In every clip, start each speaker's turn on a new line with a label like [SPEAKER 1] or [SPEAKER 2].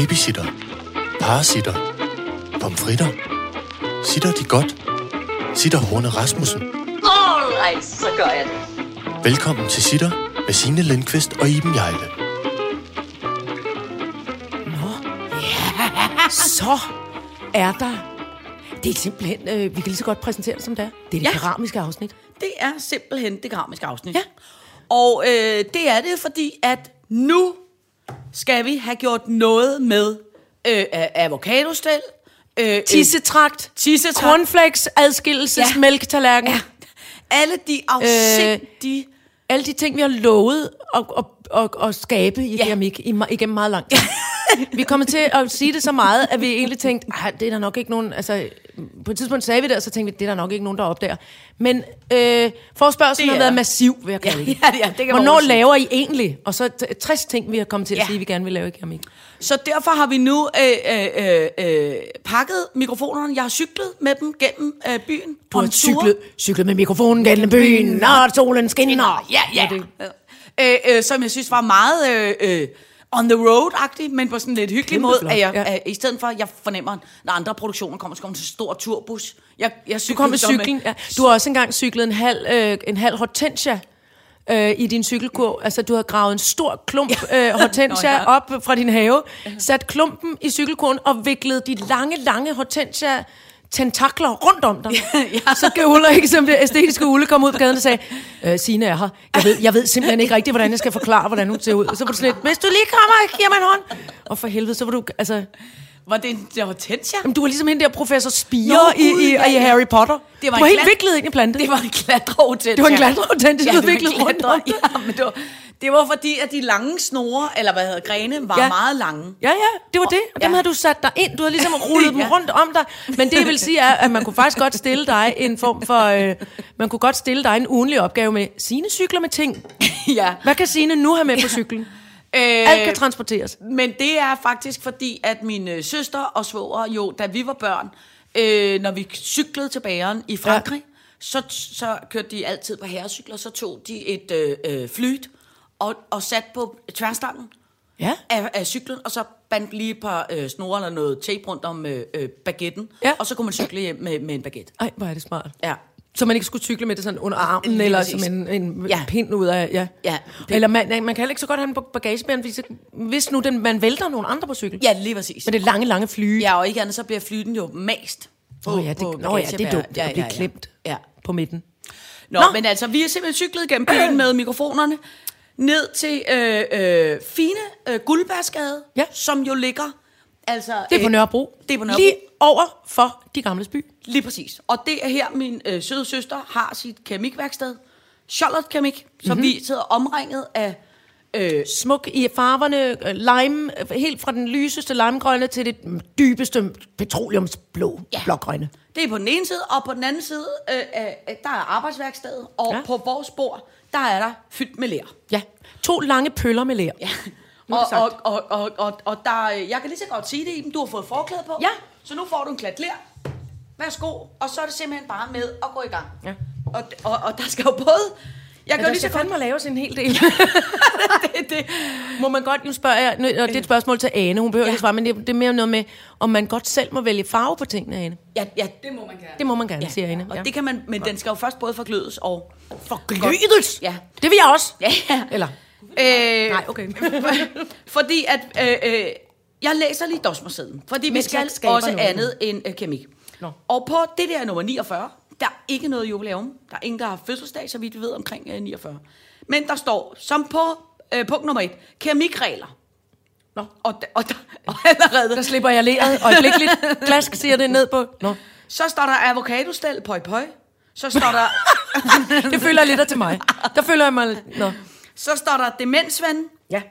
[SPEAKER 1] Babysitter. Parasitter. Pomfritter. Sitter de godt? Sitter Horne Rasmussen.
[SPEAKER 2] Alright, så gør jeg det.
[SPEAKER 1] Velkommen til Sitter med Signe Lindqvist og Iben Jejle.
[SPEAKER 3] Så er der... Det er simpelthen... Øh, vi kan lige så godt præsentere det, som det er. Det er det
[SPEAKER 4] Ja.
[SPEAKER 3] ja. keramiske afsnit.
[SPEAKER 4] Det er simpelthen det grafiske afsnit. Ja. Og øh, det er det, fordi at nu skal vi have gjort noget med øh, a- avocadostel, øh,
[SPEAKER 3] Tissetrakt.
[SPEAKER 4] Tissetragt.
[SPEAKER 3] Cornflakes, adskillelses,
[SPEAKER 4] Ja.
[SPEAKER 3] ja. mælketallerken. Ja.
[SPEAKER 4] øh, alle de afsindige... Øh,
[SPEAKER 3] Alle de ting, vi har lovet at, at, at, at skabe i ja. keramik i, me- igennem meget lang tid. vi kommer til at sige det så meget, at vi egentlig tænkte, "Ej, det er der nok ikke nogen... Altså, på et tidspunkt sagde vi det, og så tænkte vi, det er der nok ikke nogen, der opdager. Men øh, forspørgselen
[SPEAKER 4] Det
[SPEAKER 3] har
[SPEAKER 4] er-
[SPEAKER 3] været massiv, vil jeg
[SPEAKER 4] Ja,
[SPEAKER 3] kalde
[SPEAKER 4] ja, det er- det kan man
[SPEAKER 3] Hvornår
[SPEAKER 4] roligt sige.
[SPEAKER 3] laver I egentlig? Og så t- 60 ting, vi har kommet til at
[SPEAKER 4] Ja.
[SPEAKER 3] sige, vi gerne vil lave i keramik.
[SPEAKER 4] Så derfor har vi nu øh, øh, øh, øh, pakket mikrofonerne. Jeg har cyklet med dem gennem øh, byen.
[SPEAKER 3] Du
[SPEAKER 4] om
[SPEAKER 3] har
[SPEAKER 4] ture.
[SPEAKER 3] cyklet, cyklet med mikrofonen gennem byen, og solen skinner.
[SPEAKER 4] Ja, ja. Øh, Ah, øh, som jeg synes var meget øh, øh, on the road-agtig, men på sådan en lidt hyggelig
[SPEAKER 3] Kæmpe
[SPEAKER 4] måde.
[SPEAKER 3] flot,
[SPEAKER 4] At jeg,
[SPEAKER 3] ja.
[SPEAKER 4] ja. I stedet for, at jeg fornemmer, når andre produktioner kommer, så kommer til en stor turbus. Jeg, jeg
[SPEAKER 3] Du kom med cykling. Ja. Du har også engang cyklet en halv, øh, en halv hortensia øh, i din cykelkurv. Altså, du har gravet en stor klump øh, hortensia
[SPEAKER 4] Nå,
[SPEAKER 3] ja.
[SPEAKER 4] ja.
[SPEAKER 3] op fra din have, sat klumpen i cykelkurven og viklet de lange, lange hortensia tentakler rundt om dig.
[SPEAKER 4] ja.
[SPEAKER 3] Så kan Ulle, ikke, som det æstetiske Ulle, komme ud på gaden og sagde, øh, Signe er her. Jeg ved, jeg ved simpelthen ikke rigtigt, hvordan jeg skal forklare, hvordan hun ser ud. Og så var du sådan lidt, hvis du lige kommer og giver mig en hånd. Og for helvede, så var du, altså,
[SPEAKER 4] Var det en det var Hortensia?
[SPEAKER 3] Jamen, du var ligesom hende der professor Spire
[SPEAKER 4] Nå,
[SPEAKER 3] i,
[SPEAKER 4] Gud,
[SPEAKER 3] i,
[SPEAKER 4] ja,
[SPEAKER 3] i,
[SPEAKER 4] ja.
[SPEAKER 3] Harry Potter.
[SPEAKER 4] Det var
[SPEAKER 3] du var
[SPEAKER 4] en
[SPEAKER 3] helt
[SPEAKER 4] glat-
[SPEAKER 3] viklet ind i planten.
[SPEAKER 4] Det var en klatrehortensia.
[SPEAKER 3] Det var en klatrehortensia, du viklede
[SPEAKER 4] en
[SPEAKER 3] rundt
[SPEAKER 4] klatre-
[SPEAKER 3] om.
[SPEAKER 4] Ja, men det var, det var fordi, at de lange snore, eller hvad hedder grene, var
[SPEAKER 3] Ja.
[SPEAKER 4] ja. meget lange.
[SPEAKER 3] Ja, ja, det var det. Og dem
[SPEAKER 4] Ja.
[SPEAKER 3] havde du sat dig ind. Du havde ligesom rullet dem
[SPEAKER 4] Ja.
[SPEAKER 3] rundt om dig. Men det jeg vil sige er, at man kunne faktisk godt stille dig en form for... Øh, man kunne godt stille dig en ugenlig opgave med sine cykler med ting.
[SPEAKER 4] ja. Øh.
[SPEAKER 3] Hvad kan sine nu have med på cyklen? Alt kan transporteres.
[SPEAKER 4] Men det er faktisk fordi, at min øh, søster og svoger jo, da vi var børn, øh, når vi cyklede til bageren i Frankrig, ja. så, så kørte de altid på herrecykler, så tog de et øh, øh, flyt og, og satte på tværstangen
[SPEAKER 3] Ja.
[SPEAKER 4] af, af cyklen, og så bandt lige et par øh, snore eller noget tape rundt om øh, øh, bagetten,
[SPEAKER 3] Ja.
[SPEAKER 4] og så kunne man cykle hjem med, med en baguette.
[SPEAKER 3] Ej, hvor er det smart.
[SPEAKER 4] Ja.
[SPEAKER 3] Så man ikke skulle cykle med det sådan under armen,
[SPEAKER 4] Lige
[SPEAKER 3] eller
[SPEAKER 4] præcis.
[SPEAKER 3] som en, en ja.
[SPEAKER 4] Ja.
[SPEAKER 3] pind ud af... Ja.
[SPEAKER 4] Ja, det-
[SPEAKER 3] Eller man, nej, man kan heller ikke så godt have den på bagagebæren, fordi så, hvis nu den, man vælter nogen andre på cykel.
[SPEAKER 4] Ja, lige præcis.
[SPEAKER 3] Men det lange, lange fly.
[SPEAKER 4] Ja, og ikke andet, så bliver flyten jo mast. på-
[SPEAKER 3] Åh, ja,
[SPEAKER 4] på
[SPEAKER 3] det, nå, ja, det er
[SPEAKER 4] bagagebæreren.
[SPEAKER 3] dumt at blive klemt
[SPEAKER 4] Ja.
[SPEAKER 3] på midten.
[SPEAKER 4] Nå,
[SPEAKER 3] Nå.
[SPEAKER 4] Nå, men altså, vi har simpelthen cyklet gennem byen med mikrofonerne ned til øh, øh, fine øh, Guldbærsgade,
[SPEAKER 3] Ja.
[SPEAKER 4] som jo ligger... Altså,
[SPEAKER 3] Det er på
[SPEAKER 4] øh,
[SPEAKER 3] Nørrebro.
[SPEAKER 4] Det er på Nørrebro.
[SPEAKER 3] Lige over for de gamle by.
[SPEAKER 4] Lige præcis. Og det er her, min øh, søde søster har sit keramikværksted. Charlotte Keramik, som
[SPEAKER 3] Mhm.
[SPEAKER 4] mm-hmm. vi sidder omringet af... Øh,
[SPEAKER 3] Smuk i farverne, øh, lime, øh, helt fra den lyseste limegrønne til det mm, dybeste petroleumsblå ja.
[SPEAKER 4] Ja.
[SPEAKER 3] blågrønne.
[SPEAKER 4] det er på den ene side, og på den anden side, øh, øh, der er arbejdsværkstedet. Og
[SPEAKER 3] Ja.
[SPEAKER 4] ja. på vores bord, der er der fyldt med lær.
[SPEAKER 3] Ja, to lange pøller med lær. Ja. Nu er
[SPEAKER 4] Og,
[SPEAKER 3] det
[SPEAKER 4] og,
[SPEAKER 3] sagt.
[SPEAKER 4] og, og, og, og der, øh, jeg kan lige så godt sige det, Iben, du har fået forklæde på.
[SPEAKER 3] Ja.
[SPEAKER 4] Så nu får du en klat lær. Værsgo. Og så er det simpelthen bare med at gå i gang.
[SPEAKER 3] Ja.
[SPEAKER 4] Og, og, og der skal jo både... Jeg
[SPEAKER 3] Ja,
[SPEAKER 4] kan jo
[SPEAKER 3] der
[SPEAKER 4] lige så
[SPEAKER 3] skal
[SPEAKER 4] godt...
[SPEAKER 3] fandme laves en hel del.
[SPEAKER 4] det, det.
[SPEAKER 3] Må man godt, nu spørger jeg, nu, og det er et spørgsmål til Ane, hun behøver ja. ikke svare, men det, det er mere noget med, om man godt selv må vælge farve på tingene, Ane.
[SPEAKER 4] Ja, ja, det må man gerne.
[SPEAKER 3] Det må man gerne, ja. siger Ane.
[SPEAKER 4] Og det kan man, men den skal jo først både forglødes og...
[SPEAKER 3] Forglødes!
[SPEAKER 4] Ja.
[SPEAKER 3] Det vil jeg også.
[SPEAKER 4] Ja, ja.
[SPEAKER 3] Eller,
[SPEAKER 4] Øh,
[SPEAKER 3] nej, okay.
[SPEAKER 4] fordi at... Øh, øh, jeg læser lige dosmersiden, fordi vi
[SPEAKER 3] Mens jeg
[SPEAKER 4] skal
[SPEAKER 3] skaber
[SPEAKER 4] også
[SPEAKER 3] noget.
[SPEAKER 4] andet end øh, kemik.
[SPEAKER 3] Nå.
[SPEAKER 4] Og på det der nummer 49, der er ikke noget jubilæum. Der er ingen, der har fødselsdag, så vidt vi ved omkring øh, 49. Men der står, som på øh, punkt nummer 1, keramikregler.
[SPEAKER 3] Nå.
[SPEAKER 4] Og, da- og, der, og allerede,
[SPEAKER 3] Der slipper jeg læret øjeblikkeligt. Klask siger det ned på. Nå.
[SPEAKER 4] så står der avocadostel, pøj pøj. Så står der,
[SPEAKER 3] Det føler jeg lidt af til mig. Der føler jeg mig... Nå.
[SPEAKER 4] så står der demensven,
[SPEAKER 3] Ja.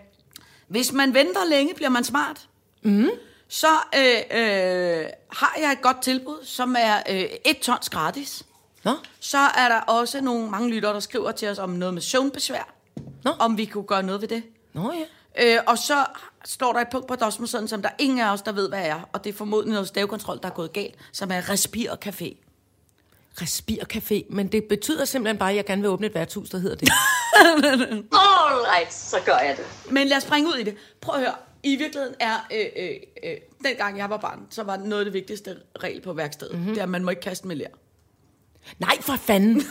[SPEAKER 4] Hvis man venter længe, bliver man smart. Mm. Så øh, øh, har jeg et godt tilbud, som er øh, et tons gratis.
[SPEAKER 3] Nå,
[SPEAKER 4] Så er der også nogle mange lyttere, der skriver til os om noget med søvnbesvær.
[SPEAKER 3] Nå.
[SPEAKER 4] Om vi kunne gøre noget ved det.
[SPEAKER 3] nå ja.
[SPEAKER 4] Øh, og så står der et punkt på Dosmersen, som der ingen af os, der ved, hvad er. Og det er formodentlig noget stavekontrol, der er gået galt, som er Respir Café.
[SPEAKER 3] Respircafé, men det betyder simpelthen bare, at jeg gerne vil åbne et værtshus, der hedder det.
[SPEAKER 2] All right, så gør jeg det.
[SPEAKER 4] Men lad os springe ud i det. Prøv at høre. I virkeligheden er, øh, øh, øh, dengang jeg var barn, så var noget af det vigtigste regel på værkstedet, mm-hmm. det er, at man må ikke kaste med lær.
[SPEAKER 3] Nej, for fanden.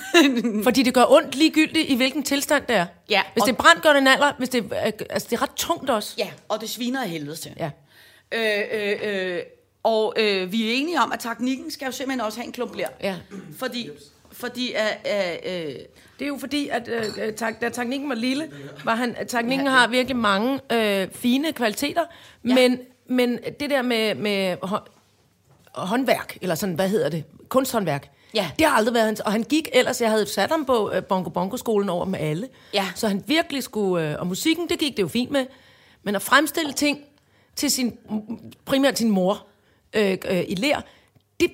[SPEAKER 3] Fordi det gør ondt ligegyldigt, i hvilken tilstand det er.
[SPEAKER 4] Ja,
[SPEAKER 3] Hvis
[SPEAKER 4] og-
[SPEAKER 3] det er brændt, gør det en alder. Hvis det, er- altså, det er ret tungt også.
[SPEAKER 4] Ja, og det sviner af helvede til.
[SPEAKER 3] Ja.
[SPEAKER 4] Øh, øh, øh, og øh, vi er enige om, at teknikken skal jo simpelthen også have en klump lær.
[SPEAKER 3] Ja.
[SPEAKER 4] Fordi, fordi øh, øh, øh,
[SPEAKER 3] Det er jo fordi, at øh, øh, tak, da teknikken var lille, var han, at teknikken har virkelig mange øh, fine kvaliteter, ja. men, men det der med, med hå- håndværk, eller sådan, hvad hedder det, kunsthåndværk,
[SPEAKER 4] Ja.
[SPEAKER 3] det har aldrig været hans, og han gik ellers, jeg havde sat ham på øh, Bongo Bongo skolen over med alle,
[SPEAKER 4] Ja.
[SPEAKER 3] så han virkelig skulle, øh, og musikken, det gik det jo fint med, men at fremstille ting til sin, primært sin mor øh, øh, i lær, det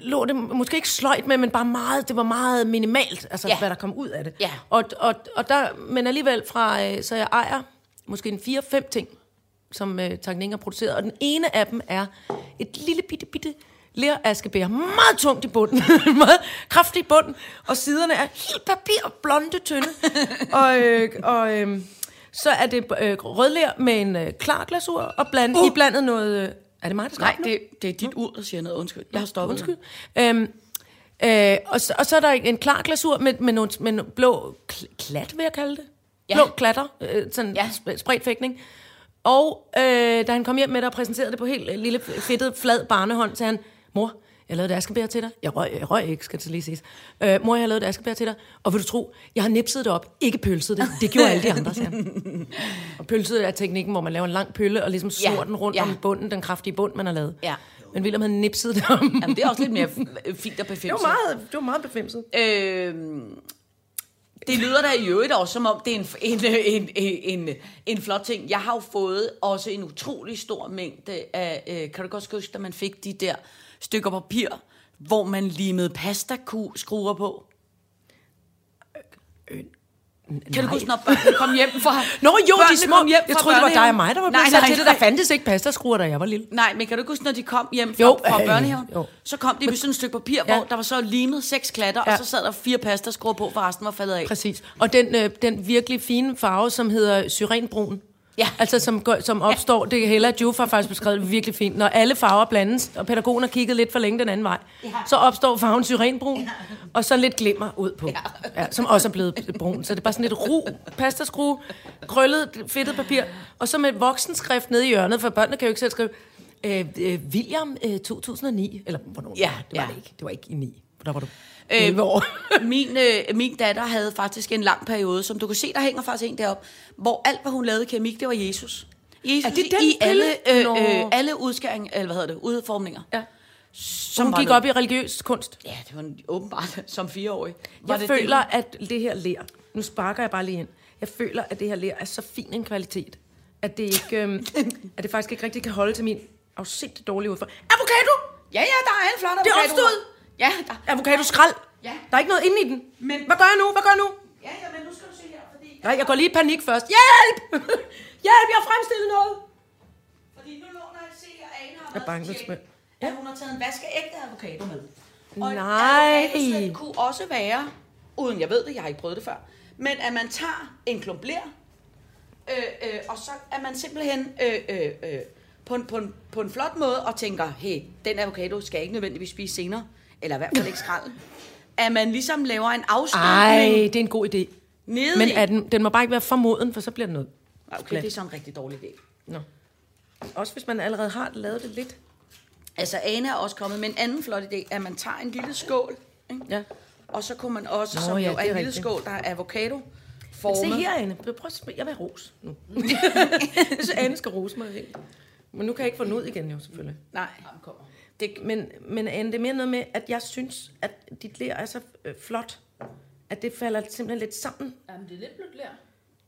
[SPEAKER 3] lå det måske ikke sløjt med, men bare meget, det var meget minimalt, altså ja.
[SPEAKER 4] Ja.
[SPEAKER 3] hvad der kom ud af det.
[SPEAKER 4] Ja.
[SPEAKER 3] Og, og, og der, men alligevel fra, øh, så jeg ejer måske en 4-5 ting, som øh, Tangning har produceret, og den ene af dem er et lille bitte bitte leraskebær, meget tungt i bunden, meget kraftig i bunden, og siderne er helt papir, blonde, tynde. og øh, og øh, så er det øh, rødler med en øh, klar glasur, og bland, uh. i blandet noget... Øh, er det mig, der skal
[SPEAKER 4] nej, det, det er dit ur, der siger noget. Undskyld, jeg har stoppet.
[SPEAKER 3] Undskyld. Øhm, øh, og, så, og så er der en klar glasur med, med, nogle, med nogle blå kl- klat, vil jeg kalde det. Ja.
[SPEAKER 4] Ja.
[SPEAKER 3] Blå klatter, øh, sådan ja.
[SPEAKER 4] Ja.
[SPEAKER 3] sp- spredt fægtning. Og øh, da han kom hjem med det og præsenterede det på helt øh, lille, fedtet, flad barnehånd, sagde han, mor, jeg lavede et askebær til dig. Jeg røg, jeg røg ikke, skal til lige ses. Øh, mor, jeg har lavet et askebær til dig. Og vil du tro, jeg har nipset det op, ikke pølset det. Det gjorde alle de andre, sagde han. Og pølset er teknikken, hvor man laver en lang pølle og ligesom
[SPEAKER 4] Ja,
[SPEAKER 3] snor den rundt
[SPEAKER 4] ja.
[SPEAKER 3] om bunden, den kraftige bund, man har lavet.
[SPEAKER 4] Ja.
[SPEAKER 3] Men William havde nipset det om.
[SPEAKER 4] Jamen, det er også lidt mere f- fint at befinde sig.
[SPEAKER 3] meget, det var meget befimset.
[SPEAKER 4] Øhm, det lyder da i øvrigt også, som om det er en, en, en, en, en, en flot ting. Jeg har jo fået også en utrolig stor mængde af, øh, kan du godt huske, da man fik de der stykker papir, hvor man limede pasta-skruer på? Kan du huske, når børnene kom hjem fra...
[SPEAKER 3] Øh, Nå jo, de
[SPEAKER 4] børnene
[SPEAKER 3] små,
[SPEAKER 4] kom hjem
[SPEAKER 3] jeg
[SPEAKER 4] fra
[SPEAKER 3] troede, det var dig og
[SPEAKER 4] børnehaven?
[SPEAKER 3] mig, der var
[SPEAKER 4] nej,
[SPEAKER 3] blevet
[SPEAKER 4] nej,
[SPEAKER 3] sat til det.
[SPEAKER 4] nej.
[SPEAKER 3] Der fandtes ikke pastaskruer, da jeg var lille.
[SPEAKER 4] Nej, men kan du ikke huske, når de kom hjem fra,
[SPEAKER 3] Jo,
[SPEAKER 4] jo, fra
[SPEAKER 3] øh,
[SPEAKER 4] børnehaven,
[SPEAKER 3] jo.
[SPEAKER 4] jo. så kom de med sådan et stykke papir,
[SPEAKER 3] Ja.
[SPEAKER 4] hvor der var så limet seks klatter,
[SPEAKER 3] Ja.
[SPEAKER 4] og så sad der fire pasta skruer på, for resten var faldet af.
[SPEAKER 3] Præcis. Og den, øh, den virkelig fine farve, som hedder syrenbrun,
[SPEAKER 4] Ja.
[SPEAKER 3] altså som, går- som opstår, det er Hella Juffa faktisk beskrevet virkelig fint, når alle farver blandes, og pædagogen har kigget lidt for længe den anden vej, ja. så opstår farven syrenbrun, ja. og så lidt glimmer ud på, ja. Ja, som også er blevet brun. Så det er bare sådan lidt ru, pastaskrue, krøllet, fedtet papir, og så med et voksenskrift nede i hjørnet, for børnene kan jo ikke selv skrive, øh, øh, William øh, 2009, eller hvornår det
[SPEAKER 4] Ja,
[SPEAKER 3] var. det var
[SPEAKER 4] ja. Øh,
[SPEAKER 3] det ikke, det var ikke i 9, for der var du 11 år.
[SPEAKER 4] min, øh, min datter havde faktisk en lang periode, som du kan se, der hænger faktisk en deroppe, hvor alt, hvad hun lavede i keramik, det var Jesus. Jesus
[SPEAKER 3] Er det den
[SPEAKER 4] i alle,
[SPEAKER 3] pille?
[SPEAKER 4] øh,
[SPEAKER 3] Nå.
[SPEAKER 4] øh, alle udskæring, eller hvad hedder det, udformninger.
[SPEAKER 3] Ja.
[SPEAKER 4] Som
[SPEAKER 3] Hun
[SPEAKER 4] var
[SPEAKER 3] gik
[SPEAKER 4] noget-
[SPEAKER 3] op i religiøs kunst.
[SPEAKER 4] Ja, det var en- åbenbart som fireårig. Var
[SPEAKER 3] Jeg
[SPEAKER 4] det
[SPEAKER 3] føler,
[SPEAKER 4] Det?
[SPEAKER 3] at det her lær, nu sparker jeg bare lige ind, jeg føler, at det her lær er så fin en kvalitet, at det, ikke, øhm, at det faktisk ikke rigtig kan holde til min afsindig dårlige udfor. Avocado!
[SPEAKER 4] Ja, ja, der er en flot
[SPEAKER 3] Det er
[SPEAKER 4] avocado.
[SPEAKER 3] opstået!
[SPEAKER 4] Ja, der.
[SPEAKER 3] Avocado skrald!
[SPEAKER 4] Ja.
[SPEAKER 3] Der er ikke noget inde i den.
[SPEAKER 4] Men-
[SPEAKER 3] Hvad gør jeg nu? Hvad gør jeg nu?
[SPEAKER 4] ja, ja, men nu skal du se her, fordi...
[SPEAKER 3] Nej, jeg går lige i panik først. Hjælp! Hjælp, jeg har fremstillet noget!
[SPEAKER 4] Fordi nu låner jeg se, at Ane har
[SPEAKER 3] Jeg
[SPEAKER 4] været
[SPEAKER 3] banker
[SPEAKER 4] til
[SPEAKER 3] med-
[SPEAKER 4] tjek, at hun har taget en vaskeægte avocado med. Og
[SPEAKER 3] Nej.
[SPEAKER 4] en avocadoslet kunne også være, uden jeg ved det, jeg har ikke prøvet det før, men at man tager en klump ler, øh, øh, og så er man simpelthen øh, øh, øh, på, en, på, en, på en flot måde og tænker, hey, den avocado skal jeg ikke nødvendigvis spise senere, eller i hvert fald ikke skralden. At man ligesom laver en
[SPEAKER 3] Ej,
[SPEAKER 4] afstøbning
[SPEAKER 3] det er en god idé.
[SPEAKER 4] nede
[SPEAKER 3] Men
[SPEAKER 4] i-
[SPEAKER 3] er den, den må bare ikke være for moden, for så bliver den noget.
[SPEAKER 4] Ah, Okay, det er så en rigtig dårlig idé.
[SPEAKER 3] Nå. Også hvis man allerede har lavet det lidt.
[SPEAKER 4] Altså, Ane er også kommet med en anden flot idé, at man tager en lille skål, ikke?
[SPEAKER 3] Ja.
[SPEAKER 4] Og så kunne man også,
[SPEAKER 3] Nå,
[SPEAKER 4] Nå, som
[SPEAKER 3] ja,
[SPEAKER 4] ja, jo
[SPEAKER 3] det
[SPEAKER 4] er
[SPEAKER 3] er
[SPEAKER 4] en lille
[SPEAKER 3] rigtigt.
[SPEAKER 4] skål, der er avocado
[SPEAKER 3] Se
[SPEAKER 4] formet.
[SPEAKER 3] her, Anne. Prøv at sm- Jeg vil have ros nu. så Anne skal rose mig helt. Men nu kan jeg ikke få den ud igen, jo selvfølgelig.
[SPEAKER 4] Nej.
[SPEAKER 3] Det, men, men Anne, det er mere noget med, at jeg synes, at dit lær er så øh, flot, at det falder simpelthen lidt sammen.
[SPEAKER 5] Jamen, det er lidt blødt lær.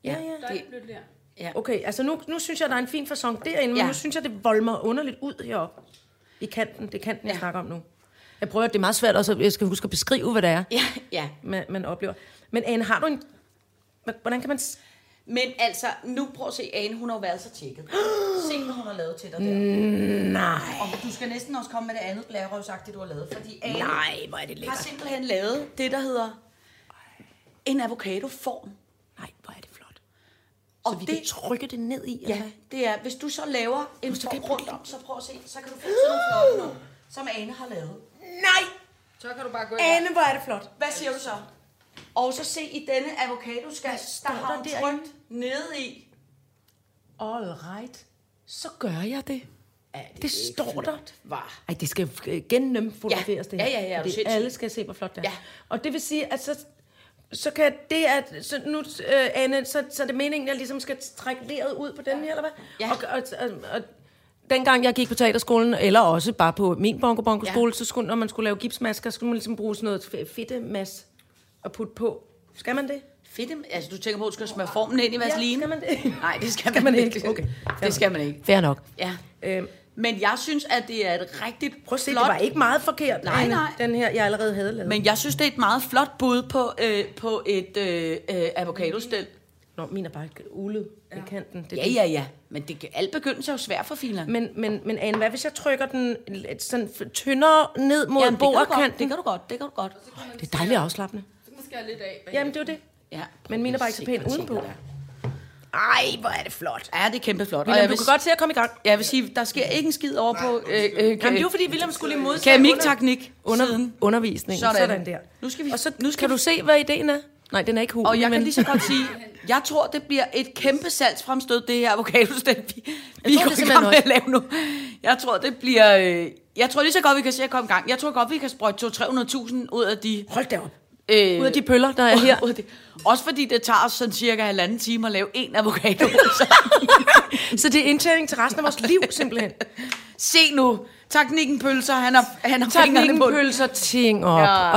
[SPEAKER 3] Ja, ja.
[SPEAKER 5] Der er lidt blødt lær.
[SPEAKER 4] Ja.
[SPEAKER 3] Okay, altså nu, nu synes jeg, der er en fin fasong derinde, men
[SPEAKER 4] Ja.
[SPEAKER 3] nu synes jeg, det volmer underligt ud heroppe. I kanten, det er kanten, jeg
[SPEAKER 4] Ja.
[SPEAKER 3] snakker om nu. Jeg prøver, det er meget svært også, at- jeg skal huske at beskrive, hvad det er,
[SPEAKER 4] Ja, ja.
[SPEAKER 3] man, man oplever. Men Anne, har du en... Hvordan kan man... s-
[SPEAKER 4] Men altså, nu prøv at se, Ane, hun har jo været så tjekket. Se, hvad hun har lavet til dig
[SPEAKER 3] Mm.
[SPEAKER 4] der.
[SPEAKER 3] Nej,
[SPEAKER 4] Og du skal næsten også komme med det andet blærerøvsagtigt, du har lavet. Fordi Ane
[SPEAKER 3] nej, hvor er det
[SPEAKER 4] har
[SPEAKER 3] lækkert.
[SPEAKER 4] simpelthen lavet det, der hedder en avocadoform.
[SPEAKER 3] Nej, hvor er det flot.
[SPEAKER 4] Og
[SPEAKER 3] Så vi det... kan trykke det ned i, altså. eller
[SPEAKER 4] Ja,
[SPEAKER 3] hvad?
[SPEAKER 4] det er, hvis du så laver en form rundt om, så prøv at se, så kan du få sådan nogle flotte nogle, som Ane har lavet.
[SPEAKER 3] Nej,
[SPEAKER 4] Så kan du bare gå
[SPEAKER 3] Anne, hvor er det flot.
[SPEAKER 4] Hvad siger du så? Og så se i denne avocadoskal, der
[SPEAKER 3] står
[SPEAKER 4] har
[SPEAKER 3] der
[SPEAKER 4] hun
[SPEAKER 3] derinde?
[SPEAKER 4] trykt nede i.
[SPEAKER 3] All right, så gør jeg det.
[SPEAKER 4] Ja,
[SPEAKER 3] Det, det står der.
[SPEAKER 4] Var.
[SPEAKER 3] Ej, det skal gennemfotograferes,
[SPEAKER 4] Ja.
[SPEAKER 3] det her.
[SPEAKER 4] Ja, ja, ja, er du
[SPEAKER 3] Fordi
[SPEAKER 4] sindssyg?
[SPEAKER 3] alle skal se, hvor flot det er.
[SPEAKER 4] Ja.
[SPEAKER 3] Og det vil sige, at så, så kan det, at så nu, øh, Anne, så, så er det meningen, at jeg ligesom skal trække leret ud på den her, eller hvad?
[SPEAKER 4] Ja.
[SPEAKER 3] Og, og, og, og, dengang jeg gik på teaterskolen, eller også bare på min bongo bongo skole, ja. så skulle, når man skulle lave gipsmasker, så skulle man ligesom bruge sådan noget fe- fedtemasse at putte på. Skal man det?
[SPEAKER 4] Fedt, altså du tænker på, at du skal smøre formen ind i vaseline?
[SPEAKER 3] skal man det?
[SPEAKER 4] Nej, det skal,
[SPEAKER 3] Skal
[SPEAKER 4] man,
[SPEAKER 3] man
[SPEAKER 4] ikke.
[SPEAKER 3] ikke? Okay.
[SPEAKER 4] Det skal man ikke.
[SPEAKER 3] Fair nok.
[SPEAKER 4] Ja.
[SPEAKER 3] Øhm,
[SPEAKER 4] Men jeg synes, at det er et rigtigt
[SPEAKER 3] prøv at se,
[SPEAKER 4] flot,
[SPEAKER 3] det var ikke meget forkert,
[SPEAKER 4] Nej,
[SPEAKER 3] Anne,
[SPEAKER 4] nej.
[SPEAKER 3] den her, jeg allerede havde lavet.
[SPEAKER 4] Men jeg synes, det er et meget flot bud på, øh, på et øh, øh, avocadostel.
[SPEAKER 3] Nå, min er bare ulet ja. i kanten. Det er
[SPEAKER 4] Ja, ja, ja. Men det, kan- alt begyndelse er jo svært for filer.
[SPEAKER 3] Men, men, men Anne, hvad hvis jeg trykker den lidt sådan f- tyndere ned mod Jamen,
[SPEAKER 4] det kan, du
[SPEAKER 3] borderkanten?
[SPEAKER 4] godt, det kan du godt, det kan du godt.
[SPEAKER 3] det er dejligt afslappende.
[SPEAKER 5] Så kan man skære lidt af.
[SPEAKER 3] Jamen, det er jo det.
[SPEAKER 4] Ja,
[SPEAKER 3] Men mine er bare ikke så pæne udenpå.
[SPEAKER 4] Ej, hvor er det flot. Ja, det er kæmpe flot.
[SPEAKER 3] William, du kan godt se at komme i gang.
[SPEAKER 4] Jeg vil sige, der sker ikke en skid over på øh, øh,
[SPEAKER 3] Jamen, det er jo fordi, William skulle lige modtage
[SPEAKER 4] keramikteknik
[SPEAKER 3] under,
[SPEAKER 4] siden.
[SPEAKER 3] undervisningen.
[SPEAKER 4] Sådan.
[SPEAKER 3] Sådan. Sådan der.
[SPEAKER 4] Nu skal vi-
[SPEAKER 3] Og så
[SPEAKER 4] nu skal
[SPEAKER 3] kan
[SPEAKER 4] vi-
[SPEAKER 3] du se, hvad ideen er? Nej, den er ikke hul.
[SPEAKER 4] Og jeg
[SPEAKER 3] men...
[SPEAKER 4] kan lige så godt sige, jeg tror, det bliver et kæmpe salgsfremstød, det her avocadostel, vi, vi
[SPEAKER 3] tror det
[SPEAKER 4] går i gang
[SPEAKER 3] simpelthen
[SPEAKER 4] med at lave nu. Jeg tror, det bliver... Øh, jeg tror lige så godt, vi kan se at komme i gang. Jeg tror godt, vi kan sprøjte 200-300.000 ud af de...
[SPEAKER 3] Hold da op.
[SPEAKER 4] Øh,
[SPEAKER 3] Ud af de pøller, der er her.
[SPEAKER 4] ud af det. Også fordi det tager os sådan cirka halvanden time at lave en avocado. Så
[SPEAKER 3] Så det er indtjening til resten af vores liv, simpelthen.
[SPEAKER 4] se nu, teknikken pølser, han har, han har fingrene
[SPEAKER 3] Teknikken
[SPEAKER 4] på den.
[SPEAKER 3] pølser ting op.
[SPEAKER 4] Ja, det er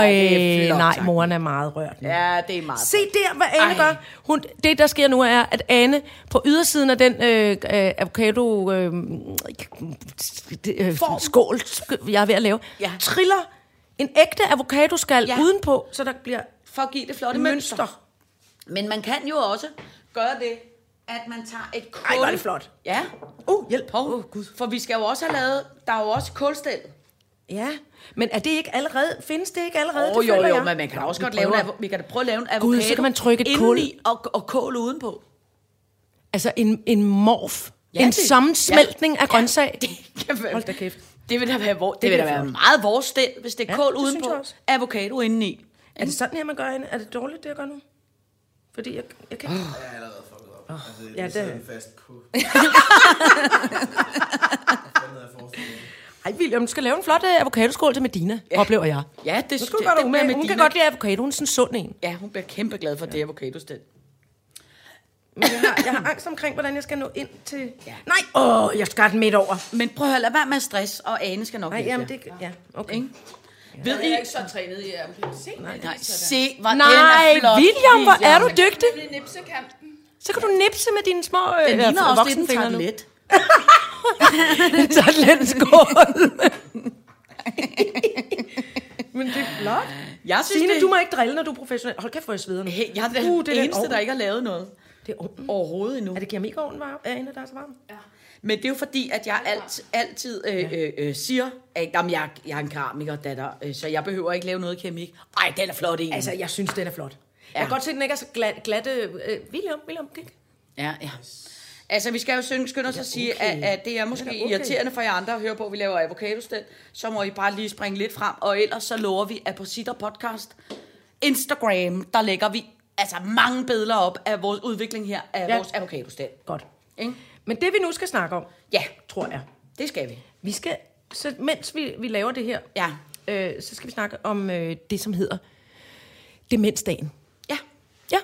[SPEAKER 3] Øj,
[SPEAKER 4] flot,
[SPEAKER 3] nej,
[SPEAKER 4] tak.
[SPEAKER 3] moren er meget rørt nu.
[SPEAKER 4] Ja, det er meget.
[SPEAKER 3] Se der, hvad Anne
[SPEAKER 4] Ej.
[SPEAKER 3] gør. Hun, det, der sker nu, er, at Anne på ydersiden af den øh, øh, avocado øh, øh, skål, sk- jeg er ved at lave,
[SPEAKER 4] Ja.
[SPEAKER 3] triller en ægte avocadoskal
[SPEAKER 4] Ja.
[SPEAKER 3] ja. udenpå, så der bliver
[SPEAKER 4] for at give det flotte mønster.
[SPEAKER 3] mønster.
[SPEAKER 4] mønster. Men man kan jo også gøre det, at man tager et kul.
[SPEAKER 3] Ej, hvor er det flot.
[SPEAKER 4] Ja.
[SPEAKER 3] Uh, hjælp.
[SPEAKER 4] Hov.
[SPEAKER 3] Åh, Gud.
[SPEAKER 4] For vi skal jo også have lavet, der er jo også kulstel.
[SPEAKER 3] Ja, men er det ikke allerede, findes det ikke allerede?
[SPEAKER 4] Åh,
[SPEAKER 3] Det
[SPEAKER 4] jo,
[SPEAKER 3] føler
[SPEAKER 4] jo,
[SPEAKER 3] jeg.
[SPEAKER 4] men man kan da også
[SPEAKER 3] Vi
[SPEAKER 4] godt lave en,
[SPEAKER 3] prøver.
[SPEAKER 4] avo- vi kan da prøve at lave en avocado.
[SPEAKER 3] Gud, så kan man trykke et
[SPEAKER 4] indeni Og, og kål udenpå.
[SPEAKER 3] Altså en, en morf,
[SPEAKER 4] Ja,
[SPEAKER 3] ja, en
[SPEAKER 4] det-
[SPEAKER 3] sammensmeltning
[SPEAKER 4] ja,
[SPEAKER 3] ja, af grøntsag.
[SPEAKER 4] Det kan være,
[SPEAKER 3] Hold da kæft.
[SPEAKER 4] Det vil da være, vor, det
[SPEAKER 3] Det
[SPEAKER 4] vil da
[SPEAKER 3] bliver
[SPEAKER 4] være
[SPEAKER 3] flot.
[SPEAKER 4] meget vores stil, hvis det er
[SPEAKER 3] Ja,
[SPEAKER 4] kål
[SPEAKER 3] det synes
[SPEAKER 4] udenpå,
[SPEAKER 3] jeg også.
[SPEAKER 4] avocado indeni.
[SPEAKER 3] Er det sådan her, man gør, Anne? Er det dårligt, det jeg gør nu? Fordi jeg, jeg kan ikke...
[SPEAKER 6] Jeg er allerede fucket op. Altså,
[SPEAKER 3] ja,
[SPEAKER 6] jeg sidder
[SPEAKER 3] det-
[SPEAKER 6] den fast på.
[SPEAKER 3] Ej, William, du skal lave en flot øh, avocadoskål til Medina, ja. oplever jeg.
[SPEAKER 4] Ja, det,
[SPEAKER 3] Nu skal du gøre dig
[SPEAKER 4] det
[SPEAKER 3] umage.
[SPEAKER 4] bliver
[SPEAKER 3] Hun kan
[SPEAKER 4] Medina.
[SPEAKER 3] godt lide avocado. Hun er sådan en sund en.
[SPEAKER 4] Ja, hun bliver kæmpe glad for ja. det avocadostel.
[SPEAKER 3] Men jeg har, jeg har angst omkring, hvordan jeg skal nå ind til... Ja. Nej, åh, jeg skal den midt over.
[SPEAKER 4] Men prøv at høre, lad være med at stress, og Ane skal nok
[SPEAKER 3] Nej,
[SPEAKER 4] hjælpe
[SPEAKER 3] jamen
[SPEAKER 4] jer.
[SPEAKER 3] det... Ja, okay.
[SPEAKER 4] Ikke? Ved
[SPEAKER 5] Jeg
[SPEAKER 4] I,
[SPEAKER 5] er ikke så trænet i at se. Nej,
[SPEAKER 4] Nej, se, hvor
[SPEAKER 3] Nej,
[SPEAKER 4] den er flot.
[SPEAKER 3] William, hvor er du dygtig.
[SPEAKER 5] Det er nipsekanten.
[SPEAKER 3] Så kan du nipse med dine små øh,
[SPEAKER 4] Den ligner også lidt en
[SPEAKER 3] voksenfingre nu.
[SPEAKER 4] tartelet.
[SPEAKER 3] En tartletskål. Men det er flot.
[SPEAKER 4] Jeg synes,
[SPEAKER 3] Signe,
[SPEAKER 4] det,
[SPEAKER 3] du må ikke drille, når du er professionel. Hold kæft, hvor jeg sveder nu.
[SPEAKER 4] Hey, jeg er den
[SPEAKER 3] Uh,
[SPEAKER 4] uh,
[SPEAKER 3] det er den
[SPEAKER 4] eneste,
[SPEAKER 3] ovn.
[SPEAKER 4] der ikke har lavet noget
[SPEAKER 3] Det er ovnen.
[SPEAKER 4] overhovedet endnu.
[SPEAKER 3] Er det keramikovnen, var er inde, der er så varm?
[SPEAKER 4] Men det er jo fordi, at jeg alt, altid øh, øh, øh, siger, at jamen, jeg, jeg er en keramiker, datter, øh, så jeg behøver ikke lave noget keramik. Ej, den er flot en.
[SPEAKER 3] Altså, jeg synes, den er flot. Jeg kan godt se, at den ikke er så glat, glatte... Øh, William, William, kig.
[SPEAKER 4] Ja, ja. Altså, vi skal jo skynde, skynde os at sige, at, at det er måske
[SPEAKER 3] Ja,
[SPEAKER 4] okay.
[SPEAKER 3] okay.
[SPEAKER 4] irriterende for jer andre at høre på, at vi laver avocadostel. Så må I bare lige springe lidt frem. Og ellers så lover vi, at på Sitter Podcast Instagram, der lægger vi altså mange billeder op af vores udvikling her af ja.
[SPEAKER 3] Ja.
[SPEAKER 4] vores avocadostel.
[SPEAKER 3] Godt.
[SPEAKER 4] Ikke?
[SPEAKER 3] Men det, vi nu skal snakke om,
[SPEAKER 4] Ja,
[SPEAKER 3] tror jeg,
[SPEAKER 4] det skal vi.
[SPEAKER 3] vi skal... Så mens vi, vi laver det her,
[SPEAKER 4] Ja.
[SPEAKER 3] øh, så skal vi snakke om øh, det, som hedder demensdagen.
[SPEAKER 4] Ja.
[SPEAKER 3] Ja,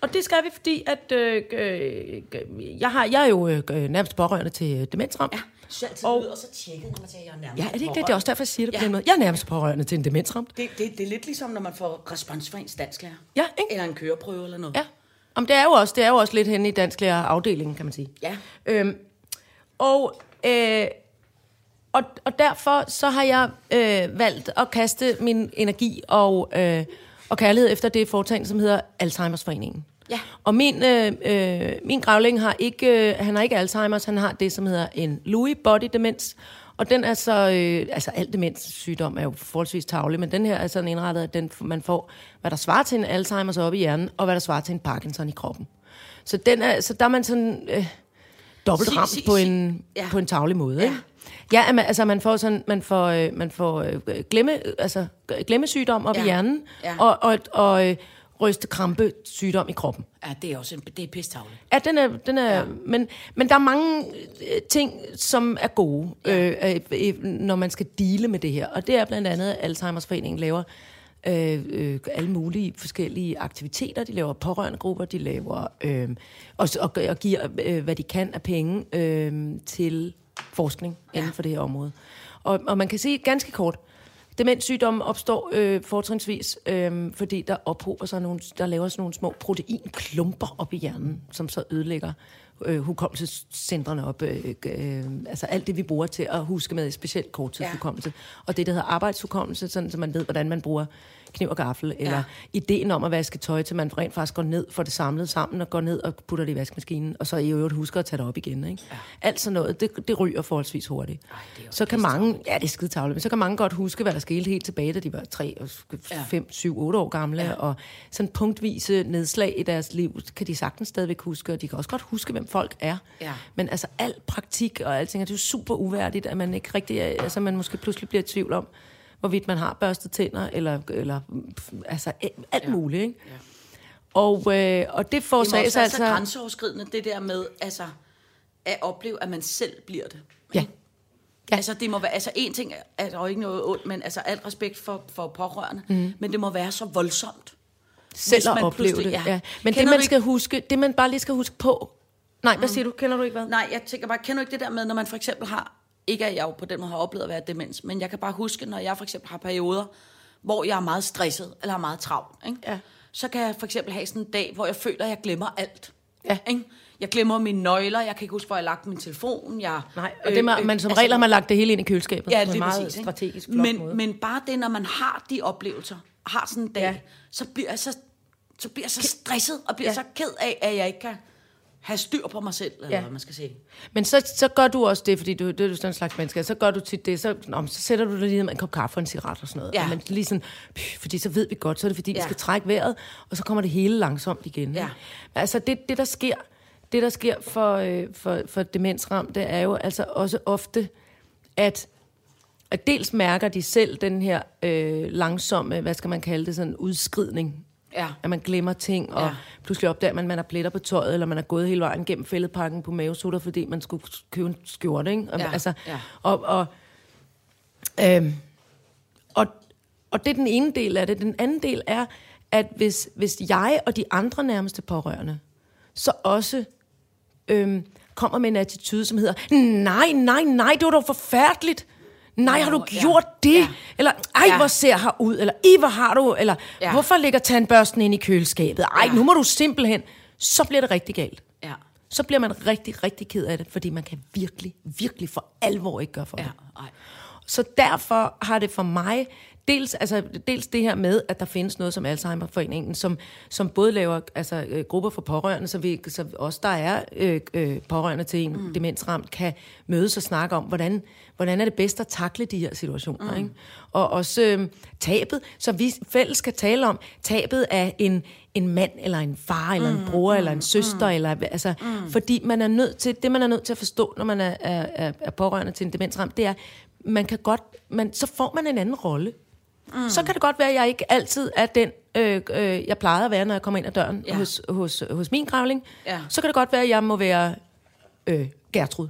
[SPEAKER 3] og det skal vi, fordi at øh, øh, øh, jeg, har, jeg er jo øh, øh, nærmest pårørende til øh, demensram. Ja.
[SPEAKER 4] Så altid og... lyder så tjekket, når man siger, jeg er nærmest
[SPEAKER 3] ja, er det ikke det? Det er
[SPEAKER 4] pårørende.
[SPEAKER 3] også derfor, jeg siger det ja.
[SPEAKER 4] Ja.
[SPEAKER 3] på den måde. Jeg er nærmest pårørende til en demensramt.
[SPEAKER 4] Det, det, det er lidt ligesom, når man får respons fra ens dansklærer.
[SPEAKER 3] Ja, ikke?
[SPEAKER 4] Eller en køreprøve eller noget.
[SPEAKER 3] Ja. Jamen, det er jo også, det er jo også lidt henne i dansk afdelingen, kan man sige.
[SPEAKER 4] Ja.
[SPEAKER 3] Øhm, og, øh, og, og derfor så har jeg øh, valgt at kaste min energi og, øh, og kærlighed efter det foretagende, som hedder Alzheimer's Foreningen.
[SPEAKER 4] Ja.
[SPEAKER 3] Og min, øh, øh, min gravling har ikke, øh, han har ikke Alzheimer's, han har det, som hedder en Lewy body demens. Og den er så, øh, altså al demenssygdom er jo forholdsvis tavlig, men den her er sådan indrettet, at den, man får, hvad der svarer til en Alzheimer's oppe i hjernen, og hvad der svarer til en Parkinson i kroppen. Så, den er, så der er man sådan øh, dobbelt
[SPEAKER 4] Sig-
[SPEAKER 3] ramt
[SPEAKER 4] sig-
[SPEAKER 3] på,
[SPEAKER 4] sig-
[SPEAKER 3] en,
[SPEAKER 4] ja.
[SPEAKER 3] ja. på en tavlig måde. Ja, ja at man, altså man får sådan, man får, øh, man får øh, glemme, øh, altså, g- glemmesygdom op
[SPEAKER 4] Ja.
[SPEAKER 3] i hjernen,
[SPEAKER 4] Ja.
[SPEAKER 3] og, og, og øh, ryste krampe sygdom i kroppen.
[SPEAKER 4] Ja, det er også en, det er pisstavle.
[SPEAKER 3] Ja, den er, den er, ja. men, men der er mange øh, ting, som er gode, ja. øh, øh, når man skal dele med det her. Og det er blandt andet, at Alzheimer's Foreningen laver øh, øh, alle mulige forskellige aktiviteter. De laver pårørendegrupper, de laver øh, og, og, og giver, øh, hvad de kan af penge øh, til forskning ja. inden for det her område. Og, og man kan sige ganske kort, Demenssygdomme opstår øh, fortrinsvis, øh, fordi der ophober sig nogle, der laver sådan nogle små proteinklumper op i hjernen, som så ødelægger øh, hukommelsescentrene op. Øh, øh, altså alt det, vi bruger til at huske med, specielt korttidshukommelse. Ja. Og det, der hedder arbejdshukommelse, sådan, så man ved, hvordan man bruger kniv og gaffel, eller
[SPEAKER 4] Ja.
[SPEAKER 3] ideen om at vaske tøj, til man rent faktisk går ned, får det samlet sammen, og går ned og putter det i vaskemaskinen, og så i øvrigt husker at tage det op igen. Ikke? Ja. Alt sådan noget, det, det ryger forholdsvis hurtigt. Ej, så kan mange, ja det er skidetavle, men så kan mange godt huske, hvad der skete helt tilbage, da de var øh, 3, 5, 7, 8 år gamle, ja. og sådan punktvise nedslag i deres liv, kan de sagtens stadigvæk huske, og de kan også godt huske, hvem folk er.
[SPEAKER 4] Ja.
[SPEAKER 3] Men altså al praktik og alting, og det er jo super uværdigt, at man ikke rigtig, er- altså man måske pludselig bliver i tvivl om, hvorvidt man har børstet tænder, eller, eller pff, altså alt ja. muligt, ikke? Ja. Og, øh, og det
[SPEAKER 4] Det må
[SPEAKER 3] forårsager
[SPEAKER 4] også
[SPEAKER 3] sig
[SPEAKER 4] være så
[SPEAKER 3] altså...
[SPEAKER 4] grænseoverskridende, det der med altså, at opleve, at man selv bliver det.
[SPEAKER 3] Ja.
[SPEAKER 4] Ja. Altså, det må være, altså, en ting er- er der jo ikke noget ondt, men altså, alt respekt for, for pårørende,
[SPEAKER 3] Mhm.
[SPEAKER 4] mm. men det må være så voldsomt. hvis
[SPEAKER 3] selv at
[SPEAKER 4] man
[SPEAKER 3] opleve det.
[SPEAKER 4] pludselig-
[SPEAKER 3] Ja.
[SPEAKER 4] ja.
[SPEAKER 3] Ja. Men
[SPEAKER 4] Kender
[SPEAKER 3] det
[SPEAKER 4] du
[SPEAKER 3] man
[SPEAKER 4] ikke-
[SPEAKER 3] skal huske, det man bare lige skal huske på. Mm. Nej, hvad siger du? Kender du ikke hvad?
[SPEAKER 4] Nej, jeg tænker bare, kender du ikke det der med, når man for eksempel har, ikke at jeg jo på den måde har oplevet at være demens, men jeg kan bare huske, når jeg for eksempel har perioder, hvor jeg er meget stresset, eller har meget travlt, ikke?
[SPEAKER 3] Ja.
[SPEAKER 4] så kan jeg for eksempel have sådan en dag, hvor jeg føler, at jeg glemmer alt.
[SPEAKER 3] Ja.
[SPEAKER 4] Ikke? Jeg glemmer mine nøgler, jeg kan ikke huske, hvor jeg har lagt min telefon. Jeg, altså,
[SPEAKER 3] Nej, og det man, man som regel har man lagt det hele ind i køleskabet.
[SPEAKER 4] øh,
[SPEAKER 3] på
[SPEAKER 4] Ja, det
[SPEAKER 3] en
[SPEAKER 4] er
[SPEAKER 3] meget
[SPEAKER 4] præcis, ikke?
[SPEAKER 3] strategisk flot
[SPEAKER 4] men,
[SPEAKER 3] måde.
[SPEAKER 4] men bare det, når man har de oplevelser, har sådan en dag, ja.
[SPEAKER 3] Ja.
[SPEAKER 4] så, bliver jeg så, så bliver jeg så stresset, og bliver ja. så ked af, at jeg ikke kan have styr på mig selv, eller ja.
[SPEAKER 3] Ja.
[SPEAKER 4] hvad man skal sige.
[SPEAKER 3] Men så, så gør du også det, fordi du, det er du sådan en slags menneske, så gør du tit det, så, nå, men så sætter du dig lige ned med en kop kaffe og en cigaret og sådan noget.
[SPEAKER 4] Ja.
[SPEAKER 3] Og man lige sådan, pff, fordi så ved vi godt, så er det fordi, ja.
[SPEAKER 4] Ja.
[SPEAKER 3] vi skal trække vejret, og så kommer det hele langsomt igen.
[SPEAKER 4] Ja.
[SPEAKER 3] ikke? Altså det, det, der sker, det, der sker for, øh, for, for demensramte, er jo altså også ofte, at at dels mærker de selv den her øh, langsomme, hvad skal man kalde det, sådan udskridning.
[SPEAKER 4] Ja.
[SPEAKER 3] At man glemmer ting, og
[SPEAKER 4] Ja.
[SPEAKER 3] ja. pludselig opdager man, at man har pletter på tøjet, eller man er gået hele vejen gennem fældepakken på mavesutter, fordi man skulle købe en skjorte, ikke? Og,
[SPEAKER 4] Ja,
[SPEAKER 3] Altså,
[SPEAKER 4] ja.
[SPEAKER 3] Og, og, øhm, og, og det er den ene del af det. Den anden del er, at hvis, hvis jeg og de andre nærmeste pårørende, så også øhm, kommer med en attitude, som hedder, nej, nej, nej, det var dog forfærdeligt. Nej, har du
[SPEAKER 4] ja,
[SPEAKER 3] gjort det?
[SPEAKER 4] ja.
[SPEAKER 3] Eller, ej,
[SPEAKER 4] Ja.
[SPEAKER 3] hvor ser her ud? Eller, i, hvor har du? Eller,
[SPEAKER 4] Ja.
[SPEAKER 3] hvorfor ligger tandbørsten inde i køleskabet? Ej,
[SPEAKER 4] Ja.
[SPEAKER 3] nu må du simpelthen... Så bliver det rigtig galt.
[SPEAKER 4] Ja.
[SPEAKER 3] Så bliver man rigtig, rigtig ked af det, fordi man kan virkelig, virkelig for alvor ikke gøre for
[SPEAKER 4] Ja,
[SPEAKER 3] det.
[SPEAKER 4] ej.
[SPEAKER 3] Så derfor har det for mig dels, altså, dels det her med, at der findes noget som Alzheimerforeningen, som, som både laver altså, øh, grupper for pårørende, så, vi, så også der er øh, øh, pårørende til en mm. demensramt, kan mødes og snakke om, hvordan, hvordan er det bedst at takle de her situationer. Mm. Ikke? Og også øh, tabet, så vi fælles kan tale om tabet af en, en mand, eller en far, eller en bror, eller en søster, eller, altså, fordi man er nødt til, det man er nødt til at forstå, når man er, er, er, er pårørende til en demensramt, det er, man kan godt, man, så får man en anden rolle. Mm. Så kan det godt være, at jeg ikke altid er den, øh, øh, jeg plejede at være, når jeg kommer ind ad døren
[SPEAKER 4] Ja.
[SPEAKER 3] ja. hos, hos, hos min gravling.
[SPEAKER 4] Ja.
[SPEAKER 3] Så kan det godt være, at jeg må være øh, Gertrud,